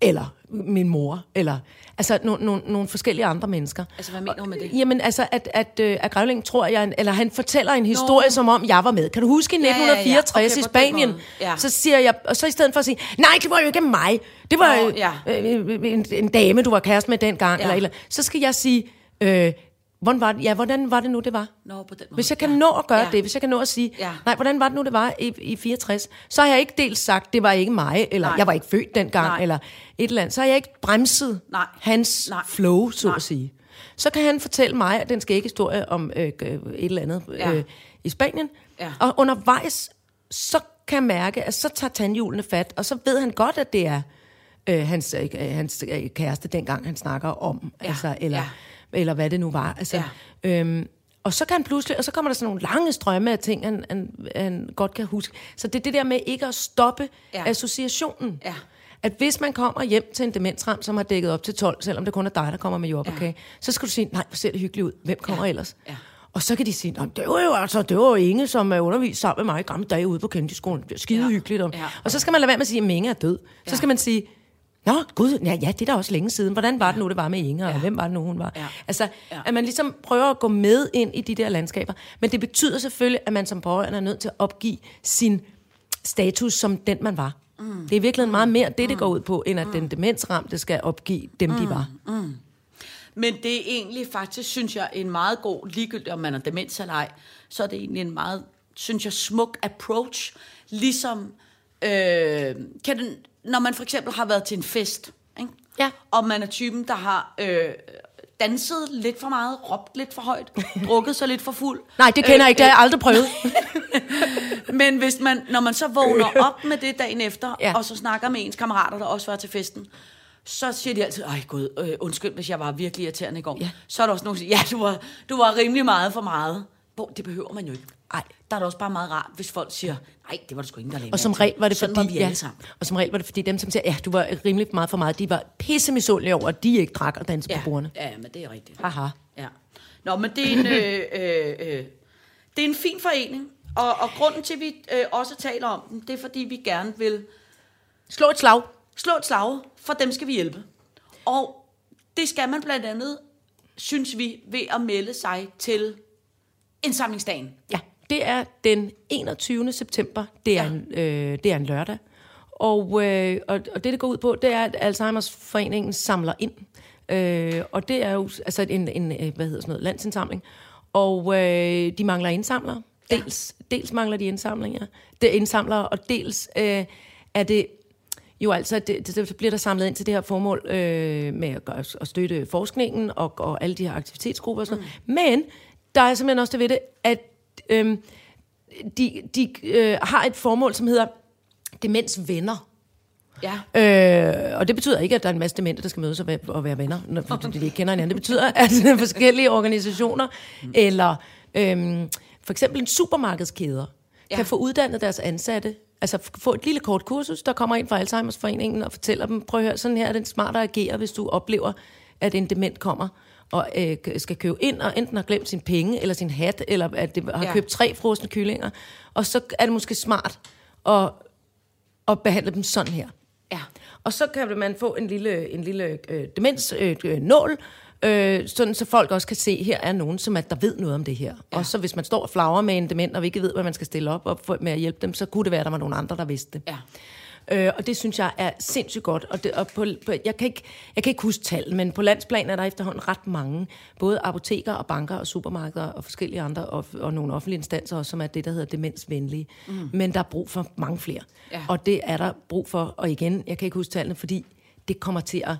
[SPEAKER 3] eller min mor, eller altså no, no, nogle forskellige andre mennesker.
[SPEAKER 4] Altså, hvad mener du med det?
[SPEAKER 3] Jamen altså, at, at, øh, at grævlingen tror, jeg, eller han fortæller en historie, som om jeg var med. Kan du huske i
[SPEAKER 4] ja, ja.
[SPEAKER 3] 1964
[SPEAKER 4] Okay,
[SPEAKER 3] i
[SPEAKER 4] på den
[SPEAKER 3] Spanien?
[SPEAKER 4] måde. Ja.
[SPEAKER 3] Så siger jeg, og så i stedet for at sige, nej, det var jo ikke mig. Det var
[SPEAKER 4] Nå,
[SPEAKER 3] øh,
[SPEAKER 4] ja.
[SPEAKER 3] øh, en, en dame, du var kæreste med dengang.
[SPEAKER 4] Ja.
[SPEAKER 3] Ja. Eller, et eller, andet." så skal jeg sige, øh, Hvordan var det, ja, hvordan var det nu, det var?
[SPEAKER 4] Nå, på den måde.
[SPEAKER 3] Hvis jeg kan
[SPEAKER 4] ja.
[SPEAKER 3] nå at gøre
[SPEAKER 4] Ja.
[SPEAKER 3] det, hvis jeg kan nå at sige,
[SPEAKER 4] Ja.
[SPEAKER 3] nej, hvordan var det nu, det var i, i 64, så har jeg ikke dels sagt, det var ikke mig, eller
[SPEAKER 4] Nej.
[SPEAKER 3] jeg var ikke født dengang,
[SPEAKER 4] Nej.
[SPEAKER 3] eller et eller andet. Så har jeg ikke bremset
[SPEAKER 4] Nej.
[SPEAKER 3] hans
[SPEAKER 4] Nej.
[SPEAKER 3] flow, så
[SPEAKER 4] Nej.
[SPEAKER 3] at sige. Så kan han fortælle mig den skægge historie om øh, øh, et eller andet
[SPEAKER 4] Ja.
[SPEAKER 3] øh, i Spanien.
[SPEAKER 4] Ja.
[SPEAKER 3] Og undervejs, så kan jeg mærke, at så tager tandhjulene fat, og så ved han godt, at det er øh, hans, øh, øh, hans øh, kæreste, dengang han snakker om, ja. altså, eller, ja. eller hvad det nu var. Altså, ja. øhm, og så kan han pludselig, og så kommer der sådan nogle lange strømme af ting, han, han, han godt kan huske. Så det er det der med ikke at stoppe
[SPEAKER 4] Ja.
[SPEAKER 3] ja. associationen.
[SPEAKER 4] Ja.
[SPEAKER 3] At hvis man kommer hjem til en demensram, som har dækket op til 12, selvom det kun er dig, der kommer med jordbærkage, ja. så skal du sige, nej, hvor ser det hyggeligt ud. Hvem kommer ja. ellers?
[SPEAKER 4] Ja.
[SPEAKER 3] Og så kan de sige, "Nå, det var jo altså, det var jo Inge, som øh, underviste sammen med mig i gamle dage ude på Kennedy Skolen. Det er skide
[SPEAKER 4] Ja.
[SPEAKER 3] hyggeligt. Og,
[SPEAKER 4] Ja.
[SPEAKER 3] og så skal man lade være med at sige, at Inge er død. Ja. Så skal man sige, Nå, gud, ja, ja, det er da også længe siden. Hvordan var det nu, det var med Inger, og hvem var det nu, hun var?
[SPEAKER 4] Ja.
[SPEAKER 3] Altså, at man ligesom prøver at gå med ind i de der landskaber. Men det betyder selvfølgelig, at man som pårørende er nødt til at opgive sin status som den, man var. Mm. Det er i virkeligheden meget mere det,
[SPEAKER 4] Mm.
[SPEAKER 3] det går ud på, end at den demensramte skal opgive dem, de var.
[SPEAKER 4] Men det er egentlig faktisk, synes jeg, en meget god, ligegyldigt om man er demens eller ej, så er det egentlig en meget, synes jeg, smuk approach. Ligesom, øh, kan den, når man for eksempel har været til en fest, ikke?
[SPEAKER 3] Ja.
[SPEAKER 4] og man er typen, der har øh, danset lidt for meget, råbt lidt for højt, drukket sig lidt for fuld.
[SPEAKER 3] Nej, det kender jeg
[SPEAKER 4] øh,
[SPEAKER 3] ikke, det har jeg aldrig prøvet.
[SPEAKER 4] Men hvis man, når man så vågner op med det dagen efter, ja.
[SPEAKER 3] Ja.
[SPEAKER 4] og så snakker med ens kammerater, der også var til festen, så siger de altid, ej gud, øh, undskyld, hvis jeg var virkelig irriterende i går. Ja.
[SPEAKER 3] Ja.
[SPEAKER 4] Så er der også nogen, der siger, ja, du var, du var rimelig meget for meget. Hvor, det behøver man jo ikke.
[SPEAKER 3] Ej.
[SPEAKER 4] Der er det også bare meget rart, hvis folk siger, nej, det var du sgu ingen, der lavede.
[SPEAKER 3] Og som
[SPEAKER 4] mærke til."
[SPEAKER 3] regel var det
[SPEAKER 4] Sådan
[SPEAKER 3] fordi,
[SPEAKER 4] var vi alle sammen.
[SPEAKER 3] Ja, og som regel var det fordi dem, som siger, ja, du var rimelig meget for meget, de var pissemisundelige over, at de ikke drak og dansede
[SPEAKER 4] Ja.
[SPEAKER 3] ja. på bordene. Ah.
[SPEAKER 4] ja, men det er rigtigt.
[SPEAKER 3] Haha.
[SPEAKER 4] Ja. Nå, men det er en, øh, øh, øh, det er en fin forening, og, og grunden til, at vi øh, også taler om den, det er, fordi vi gerne vil
[SPEAKER 3] Slå et slag.
[SPEAKER 4] slå et slag, for dem skal vi hjælpe. Og det skal man blandt andet, synes vi, ved at melde sig til indsamlingsdagen.
[SPEAKER 3] Ja, det er den 21. september. Det er,
[SPEAKER 4] Ja.
[SPEAKER 3] ja. en, øh, det er en lørdag. Og, øh, og, og det, det går ud på, det er, at Alzheimer's Foreningen samler ind. Øh, og det er jo altså en, en øh, hvad hedder sådan noget, landsindsamling. Og øh, de mangler indsamlere. Dels, ja. dels mangler de indsamlinger, det er indsamlere, og dels øh, er det jo altså, det, det, det bliver der samlet ind til det her formål øh, med at, gøre, at støtte forskningen og, og alle de her aktivitetsgrupper og sådan mm. noget. Men der er simpelthen også det ved det, at øh, de, de øh, har et formål, som hedder demens venner.
[SPEAKER 4] Ja.
[SPEAKER 3] Øh, og det betyder ikke, at der er en masse demente, der skal mødes og være, og være venner, når- fordi de ikke kender hinanden. Det betyder, at forskellige organisationer, eller øhm, for eksempel en supermarkedskæder, ja. kan få uddannet deres ansatte. Altså f- få et lille kort kursus, der kommer ind fra Alzheimer's Foreningen og fortæller dem, prøv at høre, sådan her er det smart at agere, hvis du oplever, at en dement kommer og øh, k- skal købe ind, og enten har glemt sin penge, eller sin hat, eller at det har
[SPEAKER 4] Ja.
[SPEAKER 3] ja. købt tre frosne kyllinger. Og så er det måske smart at, at behandle dem sådan her.
[SPEAKER 4] Ja.
[SPEAKER 3] Og så kan man få en lille, en lille øh, demensnål, øh, øh, nål, øh, sådan så folk også kan se, her er nogen, som at der ved noget om det her. Ja. Og så hvis man står og flagrer med en dement, og vi ikke ved, hvad man skal stille op og få, med at hjælpe dem, så kunne det være, at der var nogle andre, der vidste det.
[SPEAKER 4] Ja.
[SPEAKER 3] Øh, og det synes jeg er sindssygt godt. Og, det, og på, på, jeg, kan ikke, jeg kan ikke huske tal, men på landsplan er der efterhånden ret mange. Både apoteker og banker og supermarkeder og forskellige andre, og, og nogle offentlige instanser også, som er det, der hedder demensvenlige. Mm. Men der er brug for mange flere.
[SPEAKER 4] Ja.
[SPEAKER 3] Og det er der brug for. Og igen, jeg kan ikke huske tallene, fordi det kommer til at,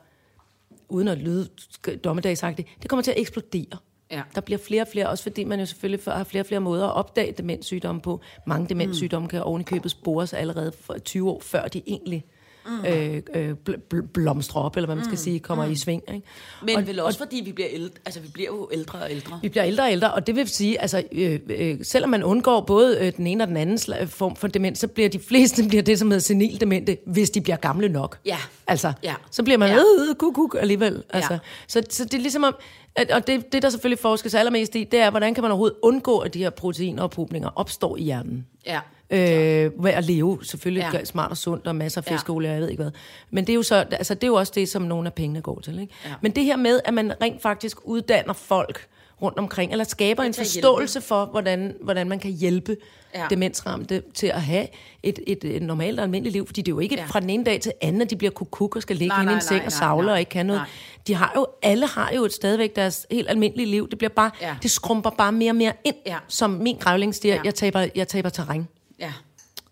[SPEAKER 3] uden at lyde sk- dommedagsagtigt, det kommer til at eksplodere.
[SPEAKER 4] Ja.
[SPEAKER 3] Der bliver flere og flere, også fordi man jo selvfølgelig får- har flere og flere måder at opdage demenssygdomme på. Mange demenssygdomme kan ovenikøbet spores allerede for 20 år, før de egentlig mm. øh, øh, bl- bl- blomstrer op, eller hvad man skal sige, kommer mm. i sving. Ikke?
[SPEAKER 4] Men og,
[SPEAKER 3] Og-
[SPEAKER 4] vel også, fordi vi bliver, ældre, altså, vi bliver jo ældre og ældre.
[SPEAKER 3] Vi bliver ældre og ældre, og det vil sige, altså, øh, øh, selvom man undgår både øh, den ene og den anden sla- øh, form for demens, så bliver de fleste bliver det, som hedder senil demente, hvis de bliver gamle nok.
[SPEAKER 4] Ja.
[SPEAKER 3] Altså,
[SPEAKER 4] Ja.
[SPEAKER 3] så bliver man
[SPEAKER 4] Ja.
[SPEAKER 3] ja. øh, kuk, kuk alligevel. Altså,
[SPEAKER 4] Ja.
[SPEAKER 3] ja. så, så det er ligesom om, at, og det, det, der selvfølgelig forskes allermest i, det er, hvordan kan man overhovedet undgå, at de her proteinophobinger opstår i hjernen?
[SPEAKER 4] Ja.
[SPEAKER 3] Øh, ved at leve selvfølgelig
[SPEAKER 4] Ja.
[SPEAKER 3] ja. smart og sundt og masser af
[SPEAKER 4] Ja.
[SPEAKER 3] fiskeolie, og jeg ved ikke hvad. Men det er jo så, altså det er jo også det, som nogle af pengene går til. Ikke?
[SPEAKER 4] Ja.
[SPEAKER 3] Men det her med, at man rent faktisk uddanner folk rundt omkring, eller skaber en
[SPEAKER 4] til at
[SPEAKER 3] forståelse for, hvordan, hvordan man kan hjælpe
[SPEAKER 4] Ja.
[SPEAKER 3] ja. demensramte til at have et, et, et normalt og almindeligt liv, fordi det er jo ikke ja. fra den ene dag til anden, at de bliver kukuk og skal ligge
[SPEAKER 4] Nej,
[SPEAKER 3] inde i
[SPEAKER 4] nej,
[SPEAKER 3] en seng
[SPEAKER 4] nej,
[SPEAKER 3] og
[SPEAKER 4] nej,
[SPEAKER 3] savle
[SPEAKER 4] nej.
[SPEAKER 3] og ikke kan noget.
[SPEAKER 4] Nej.
[SPEAKER 3] De har jo, alle har jo et stadigvæk deres helt almindelige liv. Det bliver bare,
[SPEAKER 4] Ja.
[SPEAKER 3] ja. det skrumper bare mere og mere ind,
[SPEAKER 4] Ja.
[SPEAKER 3] ja. som min grævling siger,
[SPEAKER 4] Ja.
[SPEAKER 3] ja. jeg, taber, jeg taber terræn.
[SPEAKER 4] Ja.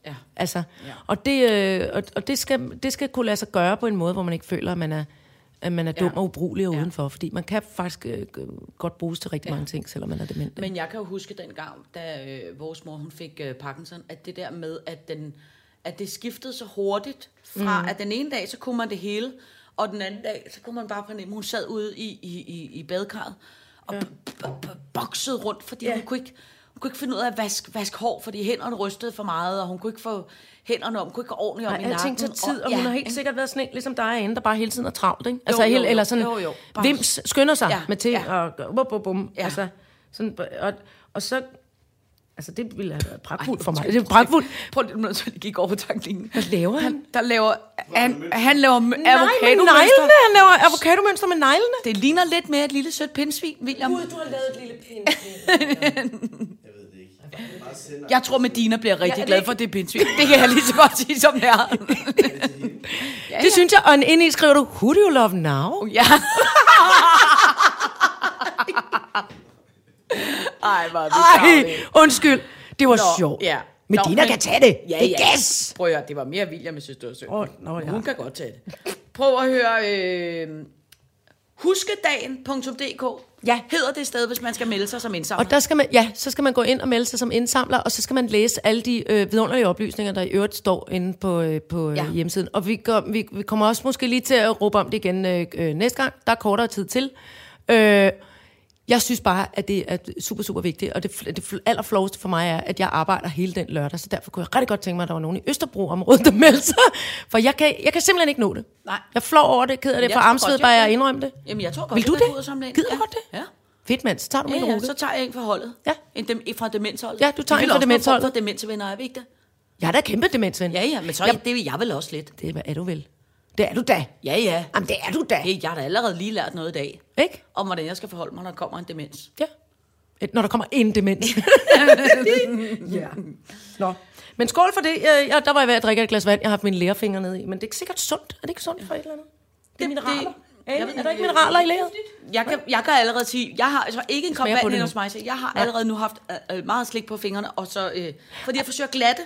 [SPEAKER 4] Ja.
[SPEAKER 3] Altså, ja. og, det, øh, og, og det, skal, det skal kunne lade sig gøre på en måde, hvor man ikke føler, at man er, at man er dum
[SPEAKER 4] Ja.
[SPEAKER 3] og ubrugelig og udenfor. Fordi man kan faktisk øh, g- godt bruges til rigtig ja. mange ting, selvom man er dement. Men,
[SPEAKER 4] Men jeg kan jo huske dengang, da øh, vores mor hun fik øh, Parkinson, at det der med, at, den, at det skiftede så hurtigt fra, mm. at den ene dag, så kunne man det hele, og den anden dag, så kunne man bare fornemme, hun sad ude i, i, i, i badekarret og ja. boksede rundt, fordi ja. hun, kunne ikke, hun kunne ikke finde ud af at vaske, vaske hår, fordi hænderne rystede for meget, og hun kunne ikke få hænderne om, hun kunne ikke gå ordentligt om
[SPEAKER 3] og
[SPEAKER 4] i nakken.
[SPEAKER 3] alting tager tid, og hun har helt
[SPEAKER 4] ikke?
[SPEAKER 3] sikkert været sådan en, ligesom dig herinde, der bare hele tiden er travlt, ikke? Altså,
[SPEAKER 4] jo,
[SPEAKER 3] helt,
[SPEAKER 4] jo.
[SPEAKER 3] eller sådan,
[SPEAKER 4] Jo, jo. Bare-
[SPEAKER 3] vims skynder sig
[SPEAKER 4] Ja,
[SPEAKER 3] ja. med ting,
[SPEAKER 4] ja.
[SPEAKER 3] ja. og gør- bum, bum, bum.
[SPEAKER 4] Ja.
[SPEAKER 3] Ja. Altså, sådan, og, og så... Altså, det ville have været pragtfuldt for mig. Det er pragtfuldt.
[SPEAKER 4] Prøv lige at det gik over på tankningen.
[SPEAKER 3] Hvad laver han?
[SPEAKER 4] Der laver, han, han laver
[SPEAKER 3] Nej, med
[SPEAKER 4] avocadomønster.
[SPEAKER 3] neglene! Han laver avocadomønster med neglene.
[SPEAKER 4] Det ligner lidt mere et lille sødt pindsvin, William. Gud, du har lavet et lille pindsvin. jeg ved det ikke. Jeg tror, Medina bliver rigtig
[SPEAKER 3] Ja, er det
[SPEAKER 4] glad for det pindsvin. Det kan jeg lige så godt sige, som det er.
[SPEAKER 3] Det synes jeg, og en ind i skriver du, who do you love now?
[SPEAKER 4] ja. Ej, hvor er det
[SPEAKER 3] Ej,
[SPEAKER 4] tarveligt.
[SPEAKER 3] undskyld. Det var
[SPEAKER 4] Nå,
[SPEAKER 3] sjovt.
[SPEAKER 4] ja. Nå,
[SPEAKER 3] Medina
[SPEAKER 4] men-
[SPEAKER 3] kan tage det.
[SPEAKER 4] Ja,
[SPEAKER 3] det er
[SPEAKER 4] ja.
[SPEAKER 3] gas.
[SPEAKER 4] Prøv at høre, det var mere William, jeg synes, det var sødt.
[SPEAKER 3] Åh, nå, ja.
[SPEAKER 4] Hun kan godt tage det. Prøv at høre... Øh, huskedagen.dk
[SPEAKER 3] Ja.
[SPEAKER 4] hedder det sted, hvis man skal melde sig som indsamler.
[SPEAKER 3] Og der skal man, ja, så skal man gå ind og melde sig som indsamler, og så skal man læse alle de øh, vidunderlige oplysninger, der i øvrigt står inde på, øh, på
[SPEAKER 4] Ja.
[SPEAKER 3] ja. hjemmesiden. Og vi, går, vi, vi kommer også måske lige til at råbe om det igen øh, øh, næste gang. Der er kortere tid til. Øh, jeg synes bare, at det er super, super vigtigt, og det, fl- det fl- allerfloweste for mig er, at jeg arbejder hele den lørdag, så derfor kunne jeg rigtig godt tænke mig, at der var nogen i Østerbro-området, der meldte sig, for jeg kan, jeg kan simpelthen ikke nå det.
[SPEAKER 4] Nej.
[SPEAKER 3] Jeg flår over det, keder det,
[SPEAKER 4] Jeg
[SPEAKER 3] for
[SPEAKER 4] tror
[SPEAKER 3] armsved
[SPEAKER 4] godt,
[SPEAKER 3] bare
[SPEAKER 4] jeg
[SPEAKER 3] jeg
[SPEAKER 4] kan.
[SPEAKER 3] indrømme det.
[SPEAKER 4] Jamen, jeg tror godt,
[SPEAKER 3] Vil
[SPEAKER 4] jeg
[SPEAKER 3] du
[SPEAKER 4] kan
[SPEAKER 3] det?
[SPEAKER 4] gå ud og samle ind.
[SPEAKER 3] Gider du
[SPEAKER 4] Ja.
[SPEAKER 3] godt det?
[SPEAKER 4] Ja.
[SPEAKER 3] Fedt, mand. Så tager du min
[SPEAKER 4] Ja,
[SPEAKER 3] rute.
[SPEAKER 4] ja, så tager jeg en fra holdet.
[SPEAKER 3] Ja.
[SPEAKER 4] En, dem, en fra demensholdet.
[SPEAKER 3] Ja, du tager
[SPEAKER 4] Vi
[SPEAKER 3] en
[SPEAKER 4] vil
[SPEAKER 3] fra
[SPEAKER 4] også få
[SPEAKER 3] demensholdet.
[SPEAKER 4] For demensvenner, er vi ikke det?
[SPEAKER 3] Jeg er da kæmpe demensven.
[SPEAKER 4] Ja, ja, men så
[SPEAKER 3] Jeg-
[SPEAKER 4] er det vil jeg vel også lidt.
[SPEAKER 3] Det er, hvad er du vel? Det er du da.
[SPEAKER 4] Ja, ja.
[SPEAKER 3] Jamen, det er du da.
[SPEAKER 4] Hey, jeg har da allerede lige lært noget i dag,
[SPEAKER 3] Ikke?
[SPEAKER 4] om hvordan jeg skal forholde mig, når der kommer en demens.
[SPEAKER 3] Ja. Et- Når der kommer en demens. ja. Nå. Men skål for det. Jeg, jeg, der var jeg ved at drikke et glas vand. Jeg har haft mine lærefingre ned i. Men det er ikke sikkert sundt. Er det ikke sundt for et eller andet? Det, det er mineraler. Det,
[SPEAKER 4] jeg ved
[SPEAKER 3] er der ikke
[SPEAKER 4] ikke.
[SPEAKER 3] mineraler i læret?
[SPEAKER 4] Jeg kan, jeg kan allerede sige, jeg har altså ikke en kop
[SPEAKER 3] smager på
[SPEAKER 4] vand
[SPEAKER 3] det
[SPEAKER 4] ind
[SPEAKER 3] nu.
[SPEAKER 4] hos mig, så jeg har allerede nu haft øh, øh, meget slik på fingrene, og så, øh, fordi jeg forsøger at glatte.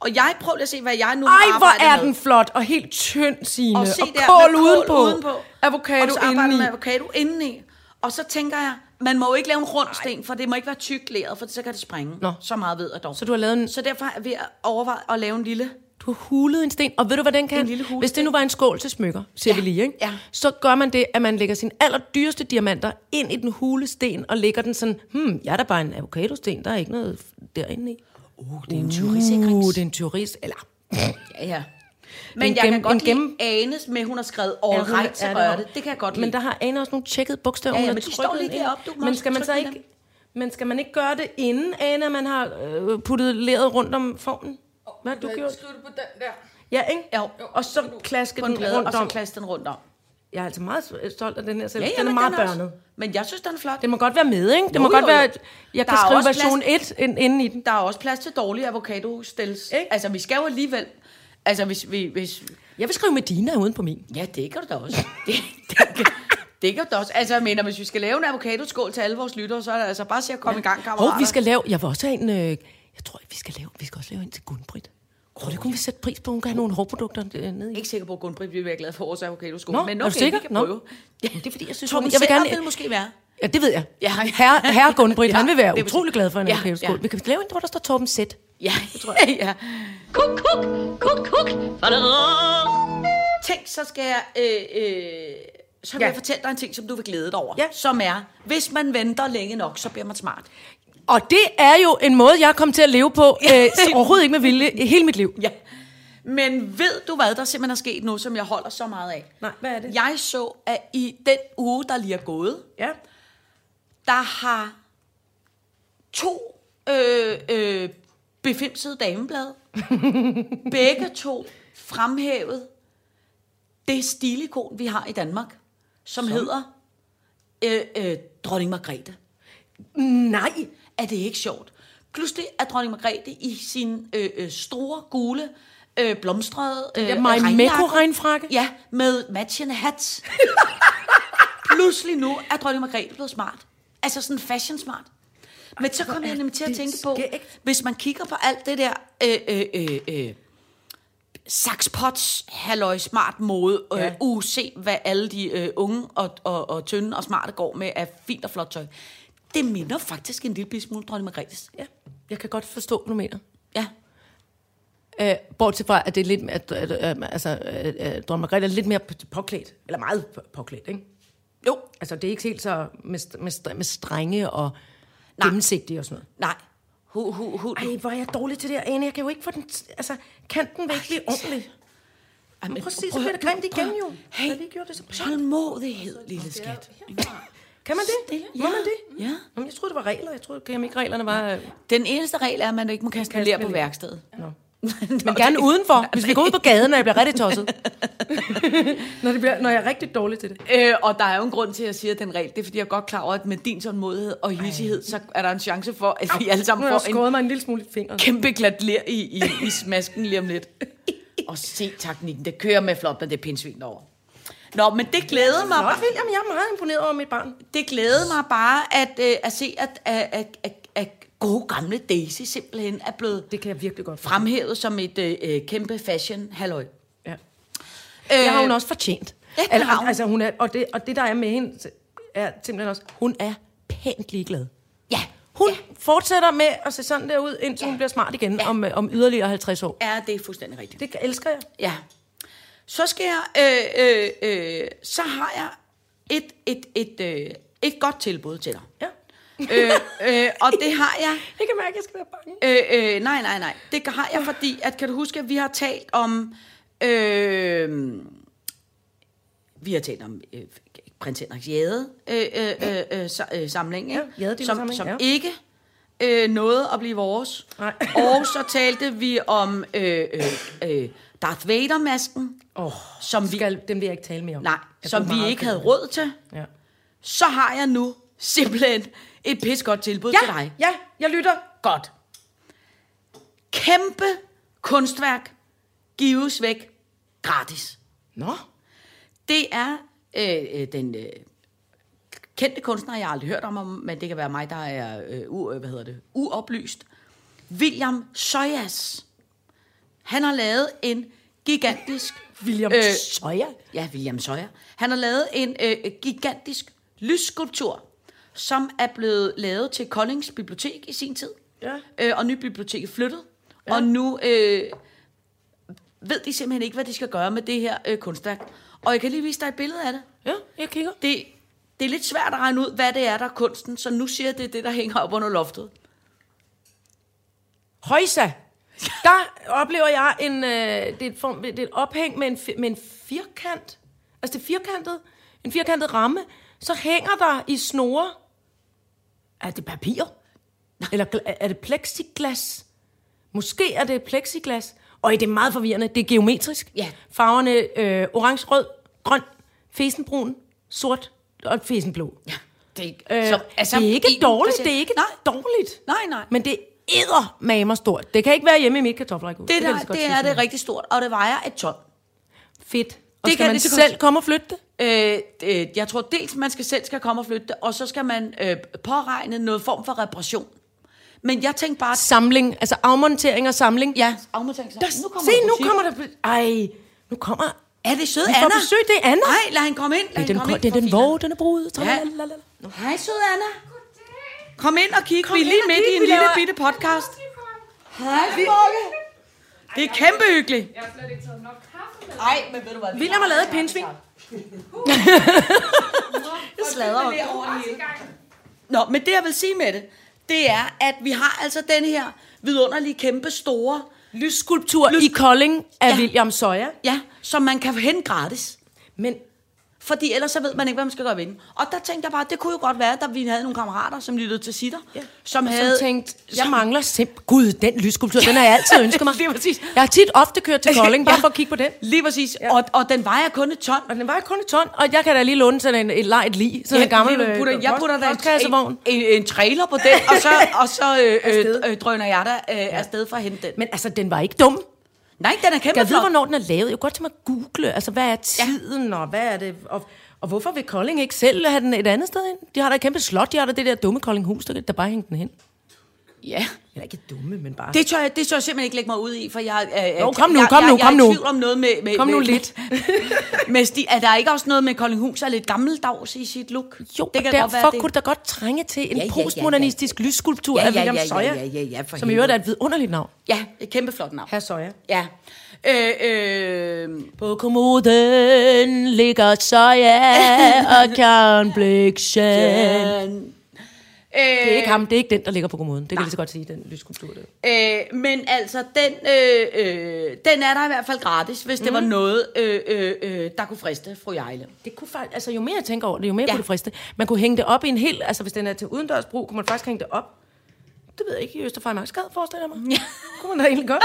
[SPEAKER 4] Og jeg prøver lige at se, hvad jeg nu
[SPEAKER 3] Ej,
[SPEAKER 4] har arbejdet
[SPEAKER 3] hvor er
[SPEAKER 4] med.
[SPEAKER 3] den flot. Og helt tynd, Signe.
[SPEAKER 4] og se
[SPEAKER 3] og
[SPEAKER 4] der
[SPEAKER 3] kål,
[SPEAKER 4] med
[SPEAKER 3] udenpå.
[SPEAKER 4] og
[SPEAKER 3] Avocado
[SPEAKER 4] så arbejder man
[SPEAKER 3] indeni.
[SPEAKER 4] med avocado indeni. Og så tænker jeg, man må jo ikke lave en rund sten, for det må ikke være tyk læret, for så kan det sprænge.
[SPEAKER 3] Nå.
[SPEAKER 4] Så meget ved jeg dog.
[SPEAKER 3] Så du har lavet en-
[SPEAKER 4] Så derfor er jeg ved at overveje at lave en lille...
[SPEAKER 3] Du har hulet en sten, og ved du, hvad den kan?
[SPEAKER 4] En lille hulesten.
[SPEAKER 3] Hvis det nu var en skål til smykker, siger
[SPEAKER 4] Ja,
[SPEAKER 3] ja. vi lige, ikke?
[SPEAKER 4] ja.
[SPEAKER 3] så gør man det, at man lægger sine allerdyreste diamanter ind i den hulesten, og lægger den sådan, hmm, jeg er da bare en avocadosten, der er ikke noget f- derinde i.
[SPEAKER 4] Uh, det er en
[SPEAKER 3] Uh,
[SPEAKER 4] tyverisikring.
[SPEAKER 3] det er en teorist, eller...
[SPEAKER 4] Ja, ja. Men
[SPEAKER 3] en
[SPEAKER 4] jeg kan
[SPEAKER 3] gem-
[SPEAKER 4] godt
[SPEAKER 3] en
[SPEAKER 4] lide
[SPEAKER 3] gem-
[SPEAKER 4] anes med, hun har skrevet all
[SPEAKER 3] Ja,
[SPEAKER 4] ja,
[SPEAKER 3] hun-
[SPEAKER 4] right, så
[SPEAKER 3] ja,
[SPEAKER 4] rører
[SPEAKER 3] var-
[SPEAKER 4] det. Det kan jeg godt lide.
[SPEAKER 3] Men der har Ane også nogle tjekkede bogstaver.
[SPEAKER 4] Ja, ja,
[SPEAKER 3] hun har
[SPEAKER 4] men de
[SPEAKER 3] trykket
[SPEAKER 4] står lige
[SPEAKER 3] ind.
[SPEAKER 4] deroppe, du må
[SPEAKER 3] Men
[SPEAKER 4] også
[SPEAKER 3] skal man så
[SPEAKER 4] trykke
[SPEAKER 3] ikke...
[SPEAKER 4] dem.
[SPEAKER 3] Men skal man ikke gøre det inden, Ane, at man har øh, puttet læret rundt om formen? Hvad har du gjort?
[SPEAKER 5] Skriv det på den der.
[SPEAKER 3] Ja, ikke?
[SPEAKER 4] Jo.
[SPEAKER 3] Og så klaske
[SPEAKER 4] på en
[SPEAKER 3] den
[SPEAKER 4] plade, og
[SPEAKER 3] rundt
[SPEAKER 4] så
[SPEAKER 3] om.
[SPEAKER 4] klasse den rundt om.
[SPEAKER 3] Jeg er altså meget stolt af den her selv.
[SPEAKER 4] Ja,
[SPEAKER 3] den
[SPEAKER 4] ja,
[SPEAKER 3] er
[SPEAKER 4] men
[SPEAKER 3] meget
[SPEAKER 4] også-
[SPEAKER 3] børnet.
[SPEAKER 4] Men jeg synes, den er flot.
[SPEAKER 3] Det må godt være med, ikke? Det må
[SPEAKER 4] Jo,
[SPEAKER 3] godt
[SPEAKER 4] jo,
[SPEAKER 3] være,
[SPEAKER 4] jo.
[SPEAKER 3] at jeg
[SPEAKER 4] Der
[SPEAKER 3] kan
[SPEAKER 4] er
[SPEAKER 3] skrive
[SPEAKER 4] også
[SPEAKER 3] version 1 ind, inden i den.
[SPEAKER 4] Der er også plads til dårlige avocado-stils.
[SPEAKER 3] Ikke?
[SPEAKER 4] Altså, vi skal jo alligevel... Altså, hvis, vi, hvis,
[SPEAKER 3] Jeg vil skrive med dine uden på min.
[SPEAKER 4] Ja, det kan du da også. Det, det, kan, det kan du da også. Altså, jeg mener, hvis vi skal lave en avocadoskål til alle vores lyttere, så er det altså bare til at komme ja. i gang, kammerater.
[SPEAKER 3] Og vi skal lave, jeg vil også have en, øh, jeg tror, vi skal lave, vi skal også lave en til Gunbrit. Tror det kunne vi sætte pris på, hun kan have nogle hårprodukter øh, ned
[SPEAKER 4] Jeg er
[SPEAKER 3] i.
[SPEAKER 4] ikke sikker på, at Gunbrit vil være glad for vores avocadoskål.
[SPEAKER 3] Nå,
[SPEAKER 4] men
[SPEAKER 3] er du
[SPEAKER 4] okay,
[SPEAKER 3] sikker?
[SPEAKER 4] vi kan
[SPEAKER 3] Nå.
[SPEAKER 4] prøve. Ja.
[SPEAKER 3] Jamen, det er fordi, jeg synes,
[SPEAKER 4] Torben
[SPEAKER 3] hun, jeg vil gerne,
[SPEAKER 4] vil måske være.
[SPEAKER 3] ja, det ved jeg.
[SPEAKER 4] Ja.
[SPEAKER 3] Herre, herre Gunbrit, han vil
[SPEAKER 4] Ja,
[SPEAKER 3] være
[SPEAKER 4] det er
[SPEAKER 3] utrolig
[SPEAKER 4] præcis.
[SPEAKER 3] glad for en
[SPEAKER 4] Ja,
[SPEAKER 3] ja, skål.
[SPEAKER 4] ja.
[SPEAKER 3] Vi kan lave en, hvor der står Torben Sæt.
[SPEAKER 4] Ja, tror jeg. ja.
[SPEAKER 2] Kuk, kuk, kuk, kuk.
[SPEAKER 4] Tænk, så skal jeg... Øh, øh, så vil ja. jeg fortælle dig en ting, som du vil glæde dig over.
[SPEAKER 3] Ja.
[SPEAKER 4] Som er, hvis man venter længe nok, så bliver man smart.
[SPEAKER 3] Og det er jo en måde, jeg er kommet til at leve på, øh, overhovedet ikke med vilje, i hele mit liv.
[SPEAKER 4] Ja. Men ved du hvad, der simpelthen er sket nu, som jeg holder så meget af?
[SPEAKER 3] Nej, hvad er det?
[SPEAKER 4] Jeg så, at i den uge, der lige er gået,
[SPEAKER 3] Ja.
[SPEAKER 4] der har to øh, øh, befimsede dameblad, begge to fremhævet det stilikon, vi har i Danmark, som, som? hedder øh, øh, Dronning Margrethe.
[SPEAKER 3] Nej.
[SPEAKER 4] er det ikke sjovt. Pludselig er dronning Margrethe i sin øh, øh, store, gule, øh, blomstrede øh,
[SPEAKER 3] Ja, Mai
[SPEAKER 4] regnjakke.
[SPEAKER 3] Mekko regnfrakke.
[SPEAKER 4] Ja, med matchende hat. Pludselig nu er dronning Margrethe blevet smart. Altså sådan fashion smart. Men så kom jeg nemlig til at
[SPEAKER 3] det
[SPEAKER 4] tænke på,
[SPEAKER 3] skægt.
[SPEAKER 4] hvis man kigger på alt det der øh, øh, øh, øh, saxpots, halløj, smart mode, øh, ja.
[SPEAKER 3] Ja.
[SPEAKER 4] uh, se hvad alle de øh, unge og, og, og tynde og smarte går med af fint og flot tøj. Det minder faktisk en lille bitte smule om dronning Margrethes.
[SPEAKER 3] Ja. Jeg kan godt forstå, hvad du mener.
[SPEAKER 4] Ja.
[SPEAKER 3] Øh, bortset fra, at det er lidt, at, at, at, at altså, at, at Dronning Margrethe er lidt mere p- påklædt, eller meget p- påklædt, ikke?
[SPEAKER 4] Jo,
[SPEAKER 3] Altså, det er ikke helt så med, st- med, st- med strenge og
[SPEAKER 4] Nej.
[SPEAKER 3] gennemsigtige og sådan noget.
[SPEAKER 4] nej. Hu, hu, hu.
[SPEAKER 3] Ej, hvor er jeg dårlig til det her, Ane. Jeg kan jo ikke få den... t- Altså, kan den virkelig blive ordentlig?
[SPEAKER 4] Ej, men
[SPEAKER 3] Prøv at se, så
[SPEAKER 4] prøv
[SPEAKER 3] bliver
[SPEAKER 4] at-
[SPEAKER 3] det grimt igen
[SPEAKER 4] prøv at-
[SPEAKER 3] jo.
[SPEAKER 4] Hey,
[SPEAKER 3] Da vi gjorde det så
[SPEAKER 4] tålmodighed, lille skat.
[SPEAKER 3] Kan man det? Må man det?
[SPEAKER 4] Ja.
[SPEAKER 3] Jamen, jeg troede, det var regler. Jeg troede jamen, ikke, reglerne var... øh,
[SPEAKER 4] Den eneste regel er, at man ikke må kaste med
[SPEAKER 3] Kaste
[SPEAKER 4] ler
[SPEAKER 3] med
[SPEAKER 4] på
[SPEAKER 3] ler.
[SPEAKER 4] værkstedet.
[SPEAKER 3] Men gerne udenfor, hvis vi går ud på gaden, og jeg bliver rigtig tosset. når, det bliver, når jeg er rigtig dårlig til det.
[SPEAKER 4] Øh, og der er jo en grund til, at jeg siger den regel. Det er, fordi jeg er godt klar over, at med din tålmodighed og hissighed, så er der en chance for, at vi alle
[SPEAKER 3] Nu
[SPEAKER 4] sammen
[SPEAKER 3] har jeg
[SPEAKER 4] får en
[SPEAKER 3] skåret mig en lille smule i fingeren.
[SPEAKER 4] kæmpe glat ler i, i, i smasken lige om lidt. Og se teknikken. Det kører med flot, men det er pindsvin over. Nå, men det glæder mig
[SPEAKER 3] Nå, William, jeg er meget imponeret over mit barn.
[SPEAKER 4] det glædede mig bare at, øh, at se, at, at, at, at, at gode gamle Daisy simpelthen er blevet
[SPEAKER 3] Det kan jeg virkelig godt forstå.
[SPEAKER 4] fremhævet som et øh, øh, kæmpe fashion halløj.
[SPEAKER 3] Ja.
[SPEAKER 4] Øh,
[SPEAKER 3] Det har hun også fortjent.
[SPEAKER 4] Ja, det har hun.
[SPEAKER 3] Altså, hun er, og, det, og det, der er med hende, er simpelthen også, hun er pænt ligeglad.
[SPEAKER 4] Ja,
[SPEAKER 3] Hun ja. fortsætter med at se sådan der ud, indtil ja. hun bliver smart igen ja. om, øh, om yderligere 50 år.
[SPEAKER 4] er det er fuldstændig rigtigt.
[SPEAKER 3] Det elsker jeg.
[SPEAKER 4] Ja. Så skal jeg, øh, øh, øh, så har jeg et, et, et, øh, et godt tilbud til dig.
[SPEAKER 3] Ja.
[SPEAKER 4] øh, øh, og det har jeg
[SPEAKER 3] Jeg kan mærke, at jeg skal være bange.
[SPEAKER 4] Øh, øh, nej, nej, nej. Det har jeg, fordi, at kan du huske, at vi har talt om... Øh, vi har talt om øh, prins Henriks jade øh, øh, øh, øh, sa- øh, samling,
[SPEAKER 3] Ja,
[SPEAKER 4] ikke? som,
[SPEAKER 3] jadedelersamling,
[SPEAKER 4] som
[SPEAKER 3] ja.
[SPEAKER 4] ikke øh, nåede at blive vores.
[SPEAKER 3] Nej.
[SPEAKER 4] Og så talte vi om øh, øh, øh, Darth Vader-masken,
[SPEAKER 3] Oh,
[SPEAKER 4] som vi,
[SPEAKER 3] skal, den vil jeg ikke tale mere om.
[SPEAKER 4] nej,
[SPEAKER 3] Jeg
[SPEAKER 4] som
[SPEAKER 3] blev
[SPEAKER 4] vi
[SPEAKER 3] meget
[SPEAKER 4] ikke
[SPEAKER 3] ked af
[SPEAKER 4] havde
[SPEAKER 3] det.
[SPEAKER 4] råd til.
[SPEAKER 3] Ja.
[SPEAKER 4] Så har jeg nu simpelthen et pis godt tilbud til dig.
[SPEAKER 3] ja, jeg lytter.
[SPEAKER 4] Godt. Kæmpe kunstværk gives væk gratis.
[SPEAKER 3] Nå,
[SPEAKER 4] Det er øh, øh, den øh, kendte kunstner, jeg har aldrig hørt om, ham, men det kan være mig, der er øh, u, øh, hvad hedder det, uoplyst. William Soyas. Han har lavet en gigantisk...
[SPEAKER 3] William øh,
[SPEAKER 4] øh,
[SPEAKER 3] Søjer.
[SPEAKER 4] Ja, William Sawyer. Han har lavet en øh, gigantisk lysskulptur, som er blevet lavet til Koldings Bibliotek i sin tid.
[SPEAKER 3] Ja.
[SPEAKER 4] Øh, og nyt bibliotek er flyttet. Ja. Og nu øh, ved de simpelthen ikke, hvad de skal gøre med det her øh, kunstværk. Og jeg kan lige vise dig et billede af det.
[SPEAKER 3] Ja, jeg kigger.
[SPEAKER 4] det. Det er lidt svært at regne ud, hvad det er, der er kunsten. Så nu siger jeg, det er det, der hænger op under loftet.
[SPEAKER 3] Højsa. Der oplever jeg en, øh, det er et, form, det er et ophæng med en, fi- med en firkant. Altså det er firkantet, en firkantet ramme. Så hænger der i snore. Er det papir? Eller gla- er det plexiglas? Måske er det plexiglas. Og det er meget forvirrende. Det er geometrisk.
[SPEAKER 4] Ja.
[SPEAKER 3] Farverne øh, orange, rød, grøn, fesenbrun, sort og fesenblå. Ja.
[SPEAKER 4] Det, er ikke-
[SPEAKER 3] Øh,
[SPEAKER 4] som er
[SPEAKER 3] det
[SPEAKER 4] sammen
[SPEAKER 3] er ikke
[SPEAKER 4] i altså, en,
[SPEAKER 3] dårligt,
[SPEAKER 4] der siger-
[SPEAKER 3] det er ikke
[SPEAKER 4] Nej,
[SPEAKER 3] dårligt.
[SPEAKER 4] Nej, nej.
[SPEAKER 3] Men det æder mamer stort. Det kan ikke være hjemme i mit kartoffelrækkehus.
[SPEAKER 4] det,
[SPEAKER 3] kan jeg
[SPEAKER 4] der,
[SPEAKER 3] lige så godt
[SPEAKER 4] det
[SPEAKER 3] sige
[SPEAKER 4] er
[SPEAKER 3] til
[SPEAKER 4] det rigtig stort, og det vejer et ton.
[SPEAKER 3] dig. Fedt. Og
[SPEAKER 4] Det
[SPEAKER 3] det skal
[SPEAKER 4] kan jeg
[SPEAKER 3] man
[SPEAKER 4] lige så godt
[SPEAKER 3] selv
[SPEAKER 4] sige.
[SPEAKER 3] komme og flytte det?
[SPEAKER 4] Øh, øh, jeg tror dels, man skal selv skal komme og flytte det, og så skal man øh, påregne noget form for reparation. Men jeg tænkte bare...
[SPEAKER 3] Samling, altså afmontering og samling.
[SPEAKER 4] Ja, afmontering.
[SPEAKER 3] Der,
[SPEAKER 4] Nu kommer
[SPEAKER 3] se,
[SPEAKER 4] der
[SPEAKER 3] nu
[SPEAKER 4] musik.
[SPEAKER 3] kommer der... Ej, nu kommer...
[SPEAKER 4] Er det søde
[SPEAKER 3] Vi får
[SPEAKER 4] Anna?
[SPEAKER 3] besøg, det er Anna.
[SPEAKER 4] Nej, lad hende komme ind. Lad
[SPEAKER 3] Det er den,
[SPEAKER 4] hende komme
[SPEAKER 3] ko-
[SPEAKER 4] ind
[SPEAKER 3] det er
[SPEAKER 4] for
[SPEAKER 3] den
[SPEAKER 4] filan.
[SPEAKER 3] våge, den er brudet.
[SPEAKER 4] Ja.
[SPEAKER 3] Tralalalala. Nå.
[SPEAKER 4] Hej, søde Anna. Kom ind og kig. vi er
[SPEAKER 3] ind
[SPEAKER 4] lige
[SPEAKER 3] og
[SPEAKER 4] midt
[SPEAKER 3] kig,
[SPEAKER 4] i en
[SPEAKER 3] vi
[SPEAKER 4] lille
[SPEAKER 3] laver-
[SPEAKER 4] bitte podcast. Hej, Bukke. Det er kæmpe hyggeligt.
[SPEAKER 5] Jeg har slet ikke taget nok kaffe med.
[SPEAKER 4] Nej, men ved du hvad?
[SPEAKER 3] William har lavet et pindsvin.
[SPEAKER 4] Jeg sladrer om det.
[SPEAKER 5] over det hele.
[SPEAKER 4] Nå, men det jeg vil sige med det, det er, at vi har altså den her vidunderlige, kæmpe store
[SPEAKER 3] Lysskulptur i Kolding af
[SPEAKER 4] Ja.
[SPEAKER 3] William Søjer.
[SPEAKER 4] Ja, som man kan hente gratis.
[SPEAKER 3] Men
[SPEAKER 4] Fordi ellers så ved man ikke, hvad man skal gøre ved den. Og der tænkte jeg bare, det kunne jo godt være, at vi havde nogle kammerater, som lyttede til sitter, ja. som havde...
[SPEAKER 3] havde tænkt, jeg mangler simpelthen... Gud, den lysskulptur, den har jeg altid ønsket mig.
[SPEAKER 4] Lige præcis.
[SPEAKER 3] Jeg har tit ofte kørt til Kolding, bare
[SPEAKER 4] Ja.
[SPEAKER 3] for at kigge på den.
[SPEAKER 4] Lige præcis. Ja. Og, og den vejer kun et ton.
[SPEAKER 3] Og den var jo kun et ton, og jeg kan da lige låne sådan en, et lejet lig, sådan ja, en gammel øh,
[SPEAKER 4] jeg putter, jeg putter da en, en,
[SPEAKER 3] postkasservogn.
[SPEAKER 4] en, en trailer på den, og så, og så øh, øh, øh, drøner jeg der øh, ja. afsted for at hente den.
[SPEAKER 3] Men altså, den var ikke dum.
[SPEAKER 4] Nej, den er kæmpe
[SPEAKER 3] Jeg ved,
[SPEAKER 4] flot.
[SPEAKER 3] hvornår den er lavet. Jeg kunne godt tænke mig at google, altså, hvad er tiden, ja. og hvad er det... Og, og hvorfor vil Kolding ikke selv have den et andet sted hen? De har da et kæmpe slot, de har da det der dumme Koldinghus, der, der bare hængte den hen.
[SPEAKER 4] Ja.
[SPEAKER 3] Eller ikke dumme, men bare...
[SPEAKER 4] Det tør, jeg, det tør jeg simpelthen ikke lægge mig ud i, for jeg, øh,
[SPEAKER 3] Jo,
[SPEAKER 4] øh,
[SPEAKER 3] kom nu,
[SPEAKER 4] jeg,
[SPEAKER 3] kom
[SPEAKER 4] jeg,
[SPEAKER 3] nu,
[SPEAKER 4] jeg,
[SPEAKER 3] kom
[SPEAKER 4] er i
[SPEAKER 3] nu.
[SPEAKER 4] tvivl om noget med... med
[SPEAKER 3] Kom
[SPEAKER 4] med,
[SPEAKER 3] nu lidt.
[SPEAKER 4] Med sti, er der ikke også noget med Koldinghus er lidt gammeldags i sit look?
[SPEAKER 3] Jo, det kan
[SPEAKER 4] godt
[SPEAKER 3] derfor
[SPEAKER 4] være,
[SPEAKER 3] være,
[SPEAKER 4] det-
[SPEAKER 3] kunne det da godt trænge til en
[SPEAKER 4] Ja,
[SPEAKER 3] ja,
[SPEAKER 4] ja, ja,
[SPEAKER 3] postmodernistisk ja, ja. lysskulptur
[SPEAKER 4] Ja,
[SPEAKER 3] af
[SPEAKER 4] ja,
[SPEAKER 3] William
[SPEAKER 4] ja, ja,
[SPEAKER 3] Søjer,
[SPEAKER 4] ja, ja, ja, for
[SPEAKER 3] som i øvrigt
[SPEAKER 4] helvede.
[SPEAKER 3] er et vidunderligt navn.
[SPEAKER 4] Ja, et kæmpe flot navn.
[SPEAKER 3] Herr Søjer.
[SPEAKER 4] Ja. Øh, øh,
[SPEAKER 3] På kommoden ligger Søjer og Karen Bliksen. Det er ikke ham, det er ikke den, der ligger på kommoden. Det kan jeg lige så godt sige, den lysskulptur. Der.
[SPEAKER 4] Øh, men altså, den, øh, øh, den er der i hvert fald gratis, hvis mm. det var noget, øh, øh, øh, der kunne friste fru Ejle.
[SPEAKER 3] Det kunne faktisk, altså jo mere jeg tænker over det, jo mere ja.
[SPEAKER 4] Ja.
[SPEAKER 3] kunne det friste. Man kunne hænge det op i en hel, altså hvis den er til udendørsbrug, kunne man faktisk hænge det op. Det ved jeg ikke, i Østerfejmarksgade, forestiller jeg mig. Ja. Kunne man da egentlig godt.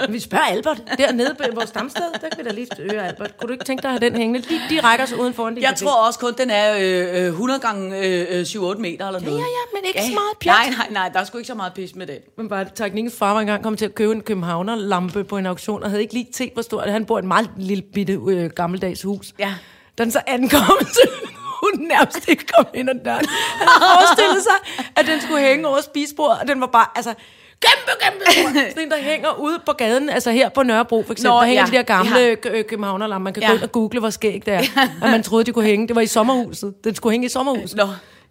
[SPEAKER 3] Men Vi spørger Albert, dernede på vores stamsted, der kan vi da lige høre Albert. Kunne du ikke tænke dig at have den hængende? De, de rækker sig uden foran din
[SPEAKER 4] Jeg
[SPEAKER 3] café.
[SPEAKER 4] tror også kun, den er øh, øh, 100 gange øh, øh, 7-8 meter eller noget.
[SPEAKER 3] ja, ja, men ikke så meget pjat.
[SPEAKER 4] Nej, nej, nej, der er sgu ikke så meget pis med det.
[SPEAKER 3] Men bare teknikkens far var engang kommet til at købe en københavnerlampe på en auktion, og havde ikke lige set, hvor stor Han bor i et meget lille bitte øh, gammeldags hus.
[SPEAKER 4] Ja.
[SPEAKER 3] Da den så ankom, så hun nærmest ikke kom ind ad døren. Han havde forestillet sig, at den skulle hænge over spisebordet, og den var bare, altså, kæmpe, kæmpe stor. Sådan en, der hænger ude på gaden, altså her på Nørrebro for eksempel,
[SPEAKER 4] Nå,
[SPEAKER 3] Nå, der hænger
[SPEAKER 4] ja,
[SPEAKER 3] ja, de der gamle
[SPEAKER 4] ja.
[SPEAKER 3] ja. københavnerlampe. Man kan
[SPEAKER 4] Ja.
[SPEAKER 3] ja. gå ind og google, hvor skægt det er, at man troede, de kunne hænge. Det var i sommerhuset. Den skulle hænge i sommerhuset.
[SPEAKER 4] Nå.